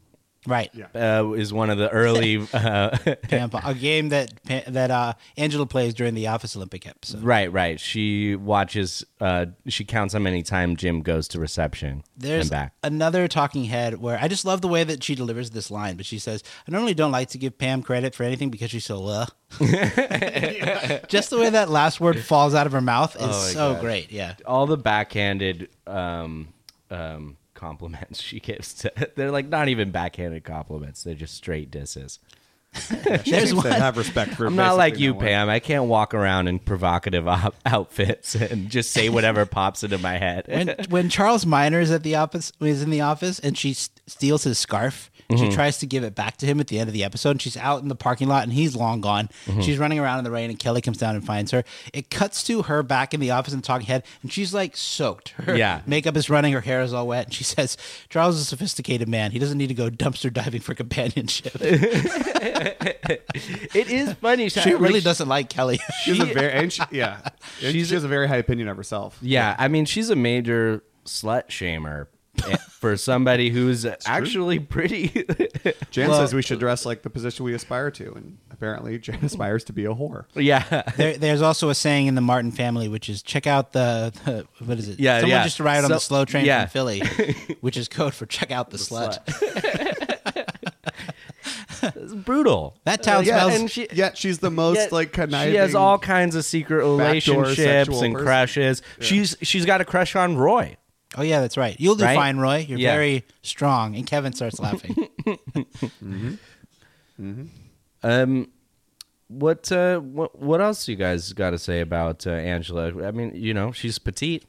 C: Right.
A: uh, is one of the early uh,
C: Pam Pong, a game that Pa- that uh, Angela plays during the Office Olympic episode.
A: right, right. She watches. Uh, she counts how many time Jim goes to reception
C: There's
A: and back.
C: another talking head where I just love the way that she delivers this line, but she says, "I normally don't like to give Pam credit for anything because she's so uh." just the way that last word falls out of her mouth is
A: Oh my
C: so
A: gosh.
C: great. Yeah.
A: all the backhanded um, um, compliments she gives to they're like not even backhanded compliments they're just straight disses
C: There's
B: Seems
C: one.
B: to have respect for.
A: i'm not like
B: basically
A: you
B: no one.
A: pam i can't walk around in provocative op- outfits and just say whatever pops into my head
C: when when Charles Minor is at the office is in the office and she s- steals his scarf. She tries to give it back to him at the end of the episode. And she's out in the parking lot and he's long gone. She's running around in the rain and Kelly comes down and finds her. It cuts to her back in the office and talking head and she's like soaked. Her
A: Yeah.
C: makeup is running, her hair is all wet, and she says, "Charles is a sophisticated man. He doesn't need to go dumpster diving for companionship."
A: it is funny
C: she really doesn't like Kelly.
B: She's a very and she, yeah. And
A: She's
B: she has a very high opinion of herself.
A: yeah i mean she's a major slut shamer eh, for somebody who's actually pretty
B: Jan says we should dress like the position we aspire to, and apparently Jan aspires to be a whore.
A: yeah
C: There, there's also a saying in the Martin family, which is check out the, the what is it?
A: Yeah,
C: someone
A: yeah.
C: just arrived on
A: So-
C: the slow train
A: yeah.
C: from Philly, which is code for check out the, slut.
A: it's brutal
C: That town
B: Yeah,
C: smells.
A: and she-
B: yet she's the most
A: Yet
B: like conniving.
A: She has all kinds of secret
B: backdoor
A: relationships
B: sexual
A: and
B: person.
A: crushes. She's she's got a crush on Roy.
C: oh yeah, that's right. You'll do
A: Right?
C: fine, Roy. You're
A: Yeah.
C: very strong. And Kevin starts laughing.
A: Um, What uh, what what else you guys got to say about uh, Angela? I mean, you know, she's petite,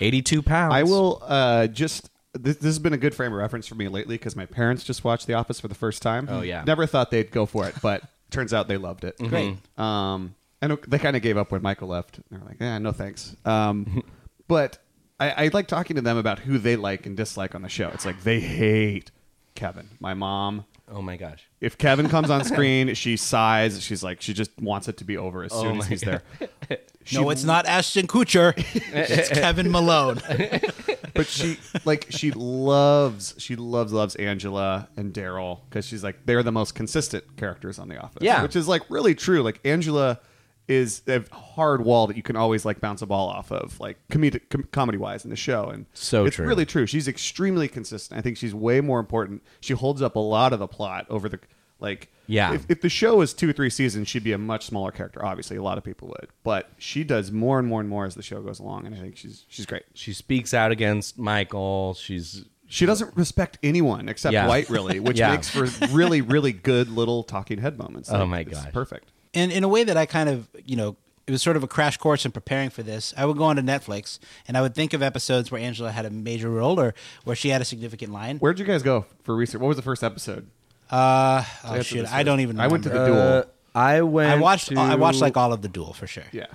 A: eighty two pounds.
B: I will uh, just. This, this has been a good frame of reference for me lately because my parents just watched The Office for the first time.
A: Oh, yeah.
B: never thought they'd go for it, but turns out they loved it.
C: Great.
B: Um, and they kind of gave up when Michael left. They're like, "Yeah, no thanks." Um, but I, I like talking to them about who they like and dislike on the show. It's like they hate Kevin, my mom.
A: Oh my gosh.
B: If Kevin comes on screen, she sighs. She's like, she just wants it to be over as soon as he's there.
C: Oh no, it's not Ashton Kutcher. it's Kevin Malone.
B: but she like she loves she loves loves Angela and Daryl because she's like they're the most consistent characters on The Office.
A: Yeah.
B: which is like really true. Like Angela is a hard wall that you can always like bounce a ball off of, like comedic com- comedy wise in the show. And
A: So
B: it's
A: true.
B: really true. She's extremely consistent. I think she's way more important. She holds up a lot of the plot over the like.
A: Yeah.
B: If, if the show is two or three seasons, she'd be a much smaller character. Obviously, a lot of people would, but she does more and more and more as the show goes along, and I think she's she's great.
A: She speaks out against Michael. She's
B: She doesn't respect anyone except
A: Yeah.
B: white, really, which
A: Yeah.
B: makes for really, really good little talking head moments.
A: Oh my
B: it's
A: gosh.
B: perfect.
C: and in a way that I kind of, you know, it was sort of a crash course in preparing for this. I would go onto Netflix and I would think of episodes where Angela had a major role or where she had a significant line.
B: Where'd you guys go for research? What was the first episode?
C: oh shit, I don't even.
B: I went to
C: remember.
B: the duel.
A: Uh, I went.
C: I watched. uh,
A: to-
C: I watched like all of the duel for sure.
B: yeah,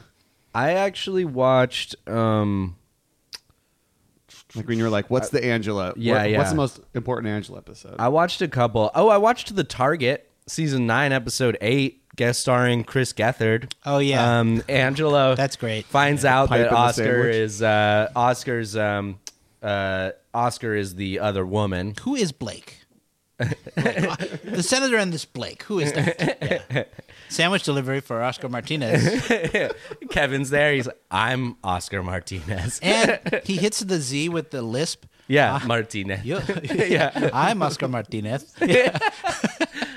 A: I actually watched. Um,
B: like when you were like, "What's the Angela?
A: yeah,
B: What-
A: yeah.
B: What's the most important Angela episode?"
A: I watched a couple. Oh, I watched The Target season nine, episode eight, guest starring Chris Gethard.
C: Oh, yeah.
A: um, Angelo.
C: That's great.
A: Finds out
B: pipe
A: that
B: in the
A: Oscar
B: sandwich.
A: is uh, Oscar's um, uh, Oscar is the other woman.
C: Who is Blake? Like, uh, the senator and this Blake. Who is that? Yeah. Sandwich delivery for Oscar Martinez,
A: Kevin's there. He's like, I'm Oscar Martinez.
C: and he hits the Z with the lisp.
A: Yeah, Martinez.
C: Ah, You-
A: yeah,
C: I'm Oscar Martinez.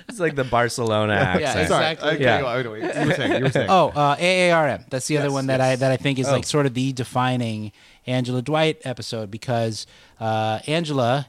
A: it's like the Barcelona
C: Yeah,
A: accent.
C: exactly.
B: Okay,
A: Yeah.
B: wait, wait, wait. You were saying. You were saying.
C: Oh, uh, AARM. That's the other
B: Yes,
C: one that I
B: yes.
C: that I think is
A: Oh.
C: like sort of the defining Angela Dwight episode because uh, Angela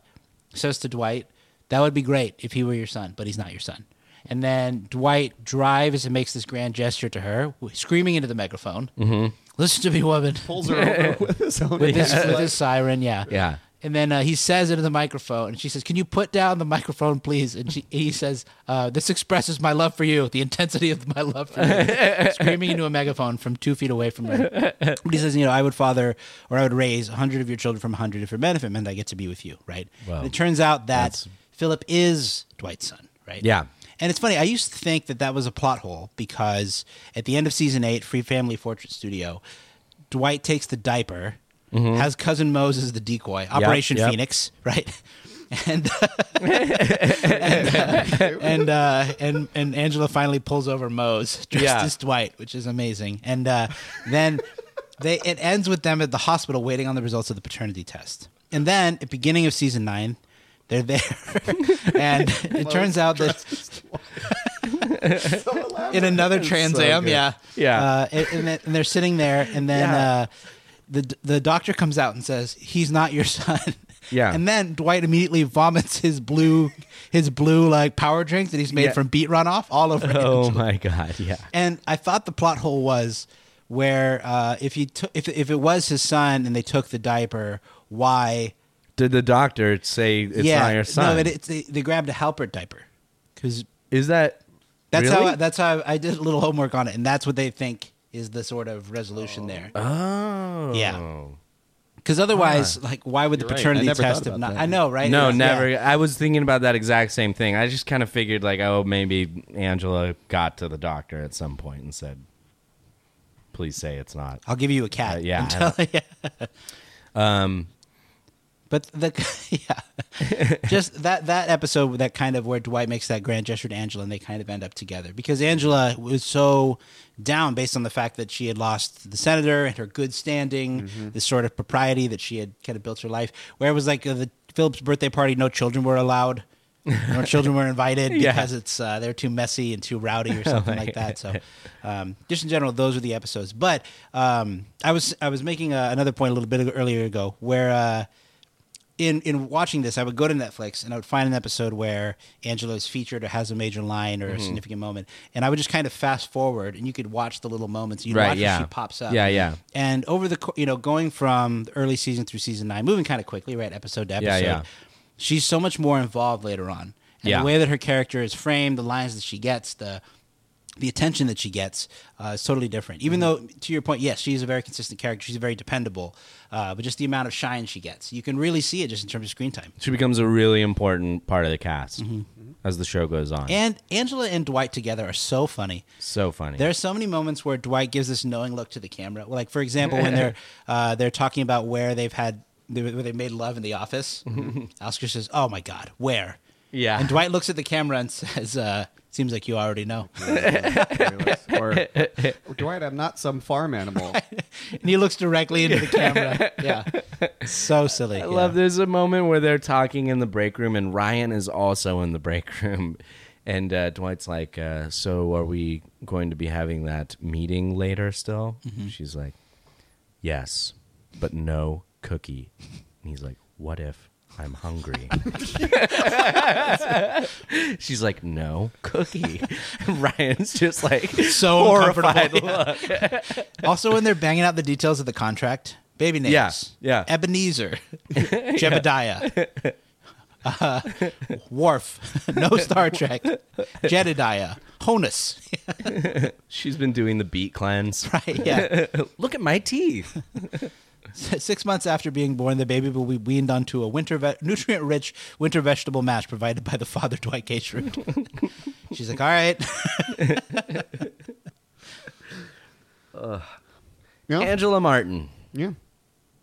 C: says to Dwight, "That would be great if he were your son, but he's not your son." And then Dwight drives and makes this grand gesture to her, w- screaming into the microphone. Mm-hmm. Listen to me, woman.
B: Pulls her over with his own.
C: With this, with this siren, yeah,
A: Yeah.
C: And then uh, he says into the microphone, and she says, "Can you put down the microphone, please?" And she, he says, uh, "This expresses my love for you, the intensity of my love for you." Screaming into a megaphone from two feet away from her. But he says, "You know, I would father, or I would raise hundred of your children from hundred different men, if it meant I get to be with you, right?"
A: Wow.
C: And it turns out that Philip is Dwight's son, right?
A: Yeah.
C: And it's funny. I used to think that that was a plot hole because at the end of season eight, Free Family Fortune Studio, Dwight takes the diaper, has cousin Moses the decoy, Operation
A: Mm-hmm. yep.
C: Phoenix, right? And and uh, and and Angela finally pulls over Mose dressed
A: Yeah.
C: as Dwight, which is amazing. And uh, then they it ends with them at the hospital waiting on the results of the paternity test. And then at beginning of season nine, they're there, and it turns out that in another Trans Am, yeah,
A: Yeah.
C: Uh, and, and then- and they're sitting there, and then
A: Yeah.
C: uh, the the doctor comes out and says, "He's not your son."
A: Yeah.
C: and then Dwight immediately vomits his blue his blue like power drink that he's made
A: Yeah.
C: from beet runoff all over.
A: Oh
C: Angela.
A: my god. Yeah.
C: And I thought the plot hole was where uh, if you took if if it was his son and they took the diaper, why?
A: Did the doctor say it's
C: yeah,
A: not your son?
C: No, but it's, they, they grabbed a Halpert diaper because
A: Is that
C: That's
A: really?
C: how that's how I did a little homework on it, and that's what they think is the sort of resolution there.
A: Oh.
C: Yeah. Because otherwise, like, why would the
B: You're right. I
C: paternity
B: never
C: test
B: thought
C: have
B: about
C: not?
B: that.
C: I know, right?
A: No,
C: Yeah.
A: never. I was thinking about that exact same thing. I just kind of figured like, oh, maybe Angela got to the doctor at some point and said, "Please say it's not."
C: I'll give you a
A: Uh,
C: cat.
A: yeah,
C: I'm
A: I
C: tell- yeah.
B: Um,
C: But the yeah, just that that episode that kind of where Dwight makes that grand gesture to Angela, and they kind of end up together because Angela was so down based on the fact that she had lost the senator and her good standing, the sort of propriety that she had kind of built her life. Where it was like uh, the Phillips birthday party, no children were allowed. no children were invited
A: Yeah.
C: because it's uh, they're too messy and too rowdy or something like that. So, um, just in general, those are the episodes. But um, I was I was making uh, another point a little bit earlier ago where uh, in in watching this, I would go to Netflix and I would find an episode where Angela is featured or has a major line or
A: Mm-hmm.
C: a significant moment, and I would just kind of fast forward, and you could watch the little moments. You would
A: Right,
C: watch
A: yeah.
C: as she pops up.
A: Yeah, yeah.
C: And over the co- you know going from the early season through season nine, moving kind of quickly, right episode to
A: Yeah,
C: episode.
A: yeah.
C: She's so much more involved later on, and
A: Yeah.
C: the way that her character is framed, the lines that she gets, the the attention that she gets uh, is totally different. Even
A: Mm-hmm.
C: though, to your point, yes, she's a very consistent character. She's very dependable, uh, but just the amount of shine she gets, you can really see it just in terms of screen time.
A: She becomes a really important part of the cast as the show goes on.
C: Mm-hmm. And Angela and Dwight together are so funny.
A: so funny.
C: There are so many moments where Dwight gives this knowing look to the camera. Like for example, when they're uh, they're talking about where they've had they- where they made love in the office. Oscar says, "Oh my God, where?"
A: Yeah.
C: And Dwight looks at the camera and says, uh, "Seems like you already know."
B: or, or Dwight, I'm not some farm animal.
C: and he looks directly into the camera. Yeah, so silly.
A: I love there's a moment where they're talking in the break room and Ryan is also in the break room. And uh, Dwight's like, uh, So are we going to be having that meeting later still? She's like, Yes, but no cookie. And he's like, What if I'm hungry? She's like, No cookie. And Ryan's just like,
C: So
A: horrified.
C: uncomfortable,
A: look.
C: Also, when they're banging out the details of the contract, baby names.
A: Yeah, yeah.
C: Ebenezer, Jebediah, uh, Worf, no Star Trek, Jedediah, Honus.
A: She's been doing the beat cleanse.
C: right, yeah.
A: Look at my teeth.
C: Six months after being born, the baby will be weaned onto a winter ve- nutrient-rich winter vegetable mash provided by the father, Dwight K. Schrute. She's like, all right.
B: Yeah.
A: Angela Martin.
B: yeah.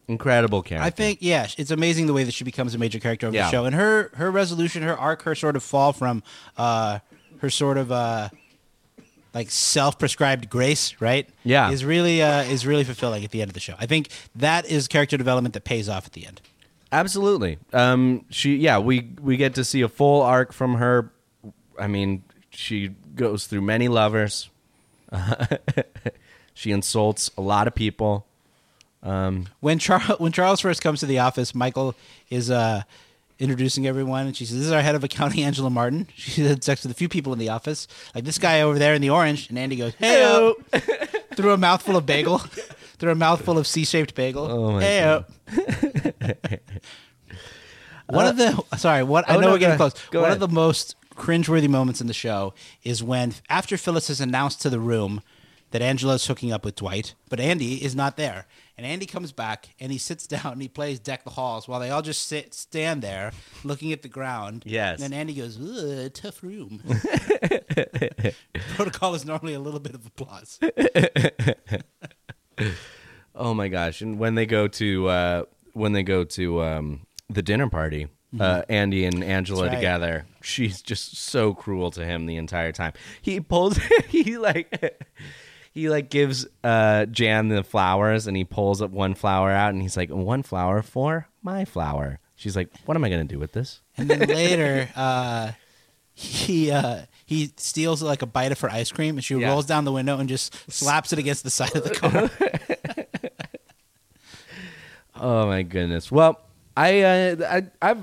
A: Incredible character.
C: I think yeah, sh- it's amazing the way that she becomes a major character of
A: Yeah.
C: the show, and her her resolution, her arc, her sort of fall from uh, her sort of uh, like self-prescribed grace, right?
A: Yeah.
C: is really uh, is really fulfilling at the end of the show. I think that is character development that pays off at the end.
A: Absolutely. Um, she, yeah, we we get to see a full arc from her. I mean, she goes through many lovers. she insults a lot of people.
C: when Charles when Charles first comes to the office, Michael is uh, introducing everyone, and she says, "This is our head of accounting, Angela Martin." She had sex with a few people in the office, like this guy over there in the orange, and Andy goes, "Hey!" through a mouthful of bagel, through a mouthful of C-shaped bagel.
A: Oh my
C: Hey-o. One of the sorry, what I
A: oh,
C: know
A: no,
C: we're getting
A: go-
C: close.
A: go
C: One
A: ahead.
C: of the most cringeworthy moments in the show is when after Phyllis has announced to the room that Angela's hooking up with Dwight, but Andy is not there. And Andy comes back and he sits down and he plays Deck the Halls while they all just sit stand there looking at the ground.
A: Yes.
C: And then Andy goes, Ugh, tough room. Protocol is normally a little bit of applause.
A: Oh my gosh! And when they go to uh, when they go to um, the dinner party, uh, Andy and Angela
C: That's right.
A: together, she's just so cruel to him the entire time. He pulls, he like, he like gives uh, Jan the flowers, and he pulls up one flower out, and he's like, "One flower for my flower." She's like, "What am I gonna do with this?"
C: And then later, uh, he uh, he steals like a bite of her ice cream, and she
A: Yeah.
C: rolls down the window and just slaps it against the side of the car.
A: Oh my goodness! Well, I, uh, I I've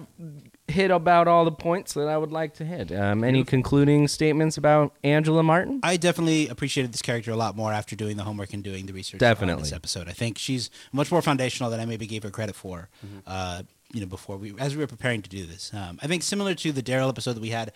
A: hit about all the points that I would like to hit. Um, any concluding statements about Angela Martin?
C: I definitely appreciated this character a lot more after doing the homework and doing the research. on
A: Definitely.
C: this episode, I think she's much more foundational than I maybe gave her credit for. Uh, you know, before we as we were preparing to do this, um, I think similar to the Daryl episode that we had.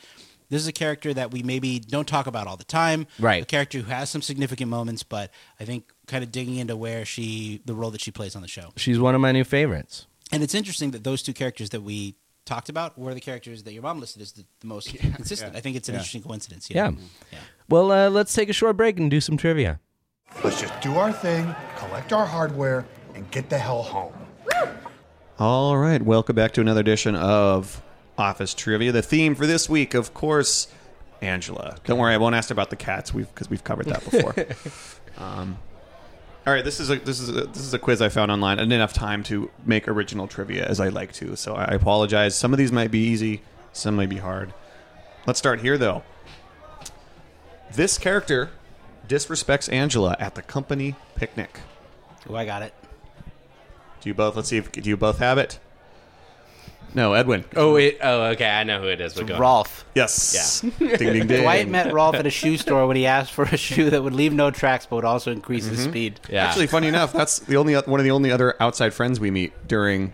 C: This is a character that we maybe don't talk about all the time.
A: Right.
C: A character who has some significant moments, but I think kind of digging into where she, the role that she plays on the show.
A: She's one of my new favorites.
C: And it's interesting that those two characters that we talked about were the characters that your mom listed as the, the most consistent. I think it's an interesting coincidence. you
A: Yeah.
F: Mm-hmm.
C: know? Yeah.
A: Well, uh, let's take a short break and do some trivia.
G: Let's just do our thing, collect our hardware, and get the hell home.
B: All right, welcome back to another edition of Office Trivia. The theme for this week, of course, Angela. Don't worry, I won't ask about the cats. We've because we've covered that before. um, all right, this is a this is a, this is a quiz I found online. I didn't have time to make original trivia as I like to, so I apologize. Some of these might be easy, some might be hard. Let's start here though. This character disrespects Angela at the company picnic.
C: Oh, I got it.
B: Do you both? Let's see if do you both have it. No, Edwin.
F: Oh, it, oh, okay. I know who it is. We're going.
H: Rolf.
B: Yes. Yeah. ding ding ding.
H: Dwight met Rolf at a shoe store when he asked for a shoe that would leave no tracks but would also increase his speed.
F: Mm-hmm. Yeah.
B: Actually, funny enough, that's the only one of the only other outside friends we meet during.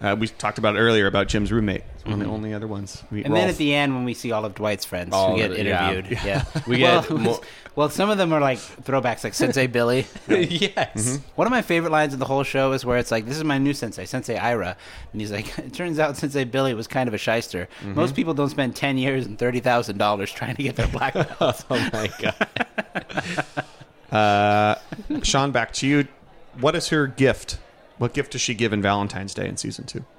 B: Uh, we talked about it earlier about Jim's roommate. It's one
F: Mm-hmm.
B: of the only other ones. We
H: And then at the end, when we see all of Dwight's friends
F: All
H: who get
F: of it, yeah.
H: interviewed, yeah,
F: We get
H: well,
F: more-
H: well, some of them are like throwbacks, like Sensei Billy. Mm-hmm.
F: yes.
H: One of my favorite lines in the whole show is where it's like, "This is my new sensei, Sensei Ira," and he's like, "It turns out Sensei Billy was kind of a shyster.
F: Mm-hmm.
H: Most people don't spend ten years and thirty thousand dollars trying to get their black belt."
F: Oh my god.
B: Sean, back to you. What is her gift? What gift does she give in Valentine's Day in season two?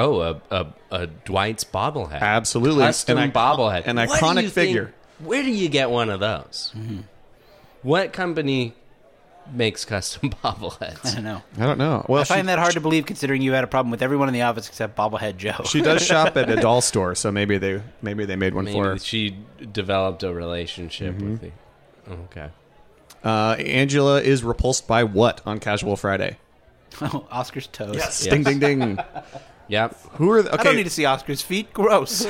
F: Oh, a, a, a Dwight's bobblehead.
B: Absolutely,
F: Custom
B: An icon-
F: bobblehead.
B: an
F: What do
B: iconic
F: you think-
B: figure.
F: where do you get one of those? What company makes custom
H: I
F: bobbleheads?
H: don't know.
B: I don't know. Well,
H: I find
B: she,
H: that hard to believe, considering you had a problem with everyone in the office except Bobblehead Joe.
B: she does shop at a doll store, so maybe they maybe they made one for her.
F: Maybe she developed a relationship with the. Okay.
B: Uh, Angela is repulsed by what on Casual Friday?
H: oh, Oscar's toes.
B: Ding ding ding.
F: Yep.
B: Who are the, okay?
H: I don't need to see Oscar's feet. Gross.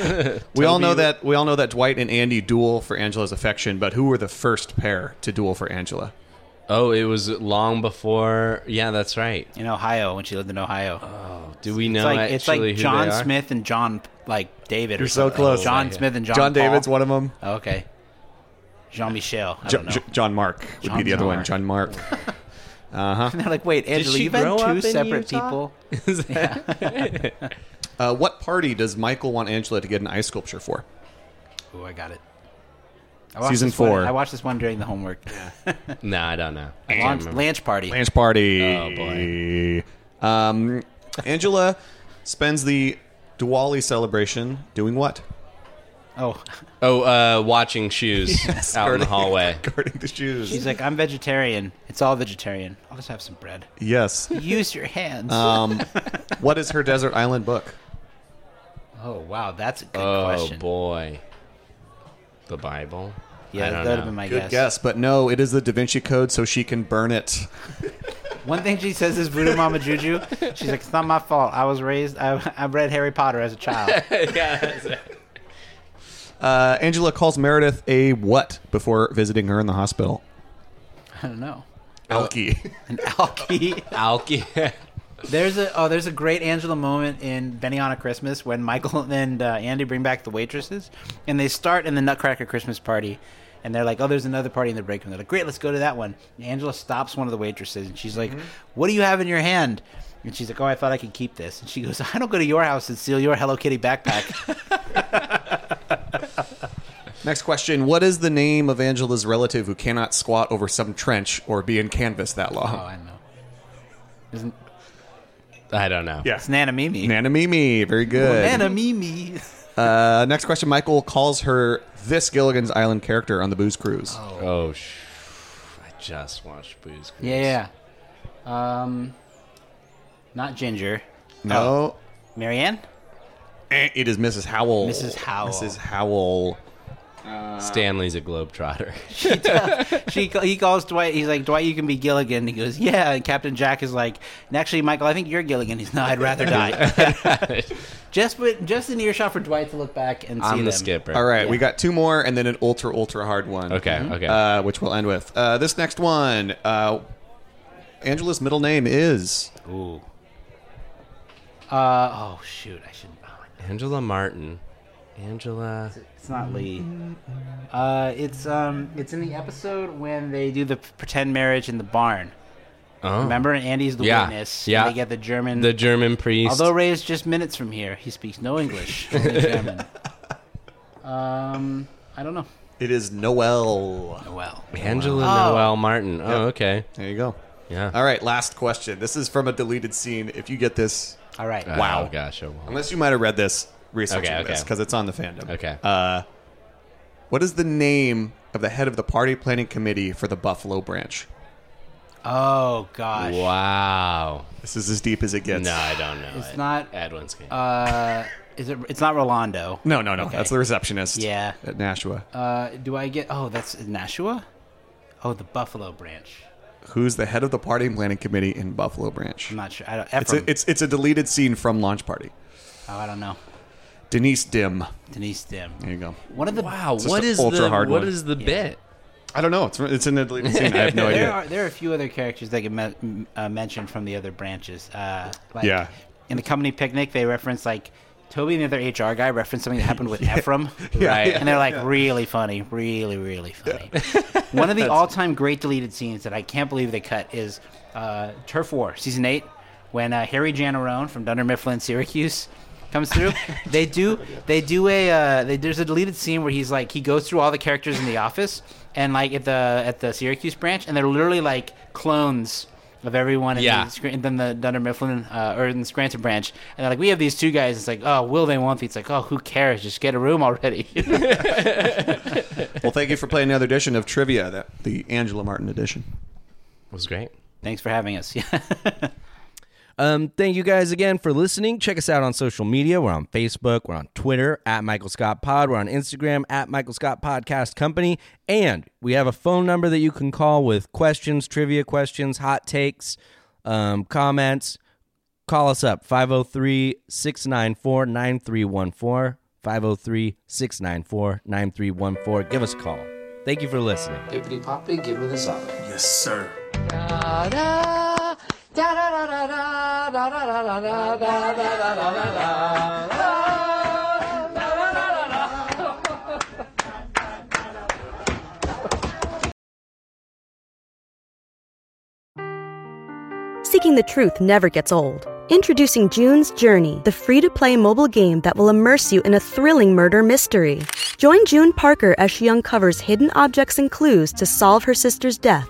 B: We all know that we all know that Dwight and Andy duel for Angela's affection, but who were the first pair to duel for Angela?
F: Oh, it was long before. Yeah, that's right.
H: in Ohio, when she lived in Ohio.
F: Do we
H: It's
F: know
H: like it's
F: Uh, actually
H: like
F: who
H: John
F: they are?
H: Smith and John like David. Or
B: You're so
H: something.
B: close.
H: John
F: Yeah.
H: Smith and John.
B: John David's
H: Paul.
B: one of them.
H: Oh, okay. Jean Michel. I
B: Jo-
H: don't know.
B: Jo- John Mark would be
H: John
B: the other one.
H: Mark.
B: John Mark.
H: and they're like, wait, Angela,
F: she
H: you've
F: grow
H: had
F: up
H: two
F: in
H: separate
F: Utah?
H: people.
B: Uh, what party does Michael want Angela to get an ice sculpture for?
H: Oh, I got it. I watched
B: Season
H: this one-
B: four.
H: I watched this one during the homework.
F: No, I don't know. I can't
H: Lunch,
F: remember.
H: lunch party.
B: Blanche party. Oh boy.
H: Oh,
B: Um, Angela spends the Diwali celebration doing what?
H: Oh,
F: Oh, uh, watching shoes out in the
B: Guarding-
F: hallway.
B: guarding the shoes.
H: he's like, I'm vegetarian. It's all vegetarian. I'll just have some bread.
B: yes.
F: Uh,
H: Use your hands.
B: Um, what is her desert island book?
C: Oh wow, that's a good
F: Oh
C: question.
F: boy, the Bible. I
C: Yeah,
F: don't
C: that would
F: know.
C: have been my
B: Good guess, but no, it is the Da Vinci Code, so she can burn it.
C: One thing she says is voodoo mama juju. She's like, it's not my fault. I was raised. I, I read Harry Potter as a child.
B: Uh, Angela calls Meredith a what before visiting her in the hospital?
C: I don't know.
B: Uh, Elkie.
C: An alky.
F: Alki.
C: There's a oh, there's a great Angela moment in Benihana Christmas when Michael and uh, Andy bring back the waitresses, and they start in the Nutcracker Christmas party, and they're like, oh, there's another party in the break room. They're like, great, let's go to that one. And Angela stops one of the waitresses, and she's like, what do you have in your hand? And she's like, oh, I thought I could keep this. And she goes, I don't go to your house and steal your Hello Kitty backpack.
B: Next question: What is the name of Angela's relative who cannot squat over some trench or be in canvas that long?
C: oh, I don't know. Isn't
F: I don't know.
B: Yeah.
C: it's Nana Mimi?
B: Nana Mimi, very good.
C: Nana Mimi.
B: Uh, next question: Michael calls her this Gilligan's Island character on the Booze Cruise.
F: Oh, sh- I just watched Booze. Cruise.
C: Yeah, yeah. Um, not Ginger.
B: No,
C: Marianne.
B: Eh, it is Mrs. Howell.
C: Mrs. Howell.
B: Mrs. Howell.
F: Stanley's a globetrotter.
C: she he calls Dwight. He's like, Dwight, you can be Gilligan. He goes, Yeah. And Captain Jack is like, and actually, Michael, I think you're Gilligan. He's no, I'd rather die. just but just an earshot for Dwight to look back and see
F: I'm the
C: them.
F: skipper.
B: All right, we got two more, and then an ultra ultra hard one.
F: Okay,
C: Mm-hmm.
F: okay.
B: Uh, which we'll end with. Uh, this next one. Uh, Angela's middle name is
C: Ooh. Uh oh shoot! I should. Oh,
F: Angela Martin. Angela.
C: it's not Lee. Uh, it's um, it's in the episode when they do the pretend marriage in the barn.
F: Oh.
C: Remember, and Andy's the
F: Yeah,
C: witness.
F: yeah.
C: And they get the German.
F: The German priest.
C: Although Ray is just minutes from here, he speaks no English, only German. um, I don't know.
B: it is Noel.
C: Well,
F: Angela
C: Oh.
F: Noel Martin. Oh, okay.
B: There you go.
F: Yeah.
B: All right, last question. This is from a deleted scene. If you get this,
C: all right.
F: Oh,
B: Wow.
F: gosh. Oh, wow.
B: unless you might have read this researching
F: Okay, okay.
B: this because it's on the fandom.
F: Okay.
C: Uh,
B: What is the name of the head of the party planning committee for the Buffalo branch?
C: Oh gosh.
F: wow.
B: This is as deep as it gets.
F: No, I don't know.
C: It's
F: it.
C: not-
F: Edwin's game.
C: Uh, is it? It's not Rolando.
B: no, no, no. That's the receptionist.
C: Yeah.
B: At Nashua.
C: Uh, do I get? Oh, that's Nashua. Oh, the Buffalo branch.
B: Who's the head of the party planning committee in Buffalo branch?
C: I'm not sure. I don't.
B: It's
C: Ephraim.
B: a, it's it's a deleted scene from Launch Party.
C: oh, I don't know.
B: Denise Dim.
C: Denise Dim.
B: There you go.
C: One of the
F: wow.
B: just
F: What
B: an
F: is
B: ultra
F: the
B: hard
F: what
B: one.
F: is the bit?
B: I don't know. It's it's in a deleted scene. I have no
C: There
B: idea.
C: are there are a few other characters that get me- m- uh, mentioned from the other branches. Uh, like
B: Yeah.
C: In the company picnic, they reference like Toby and the other HR guy referenced something that happened with Ephraim, right?
F: yeah,
C: and they're like really funny, really really funny. One of the all time great deleted scenes that I can't believe they cut is uh, Turf War season eight when uh, Harry Janarone from Dunder Mifflin Syracuse comes through. they do they do a uh, they, there's a deleted scene where he's like he goes through all the characters in the office and like at the at the Syracuse branch and they're literally like clones of everyone in
F: Yeah.
C: the Scr- and then the Dunder Mifflin uh, or in the Scranton branch and they're like we have these two guys it's like oh will they want these it's like oh who cares just get a room already
B: Well, thank you for playing another edition of Trivia, that the Angela Martin edition.
F: It was great.
C: thanks for having us yeah
A: Um, thank you guys again for listening. Check us out on social media. We're on Facebook, we're on Twitter at Michael Scott Pod, we're on Instagram at Michael Scott Podcast Company, and we have a phone number that you can call with questions, trivia questions, hot takes, um, comments. Call us up 503 694 9314. 503 694 9314. Give us a call. Thank you for listening.
E: Gibbity poppy, give me the sock.
I: Yes, sir.
J: Seeking the truth never gets old. Introducing June's Journey, the free to play mobile game that will immerse you in a thrilling murder mystery. Join June Parker as she uncovers hidden objects and clues to solve her sister's death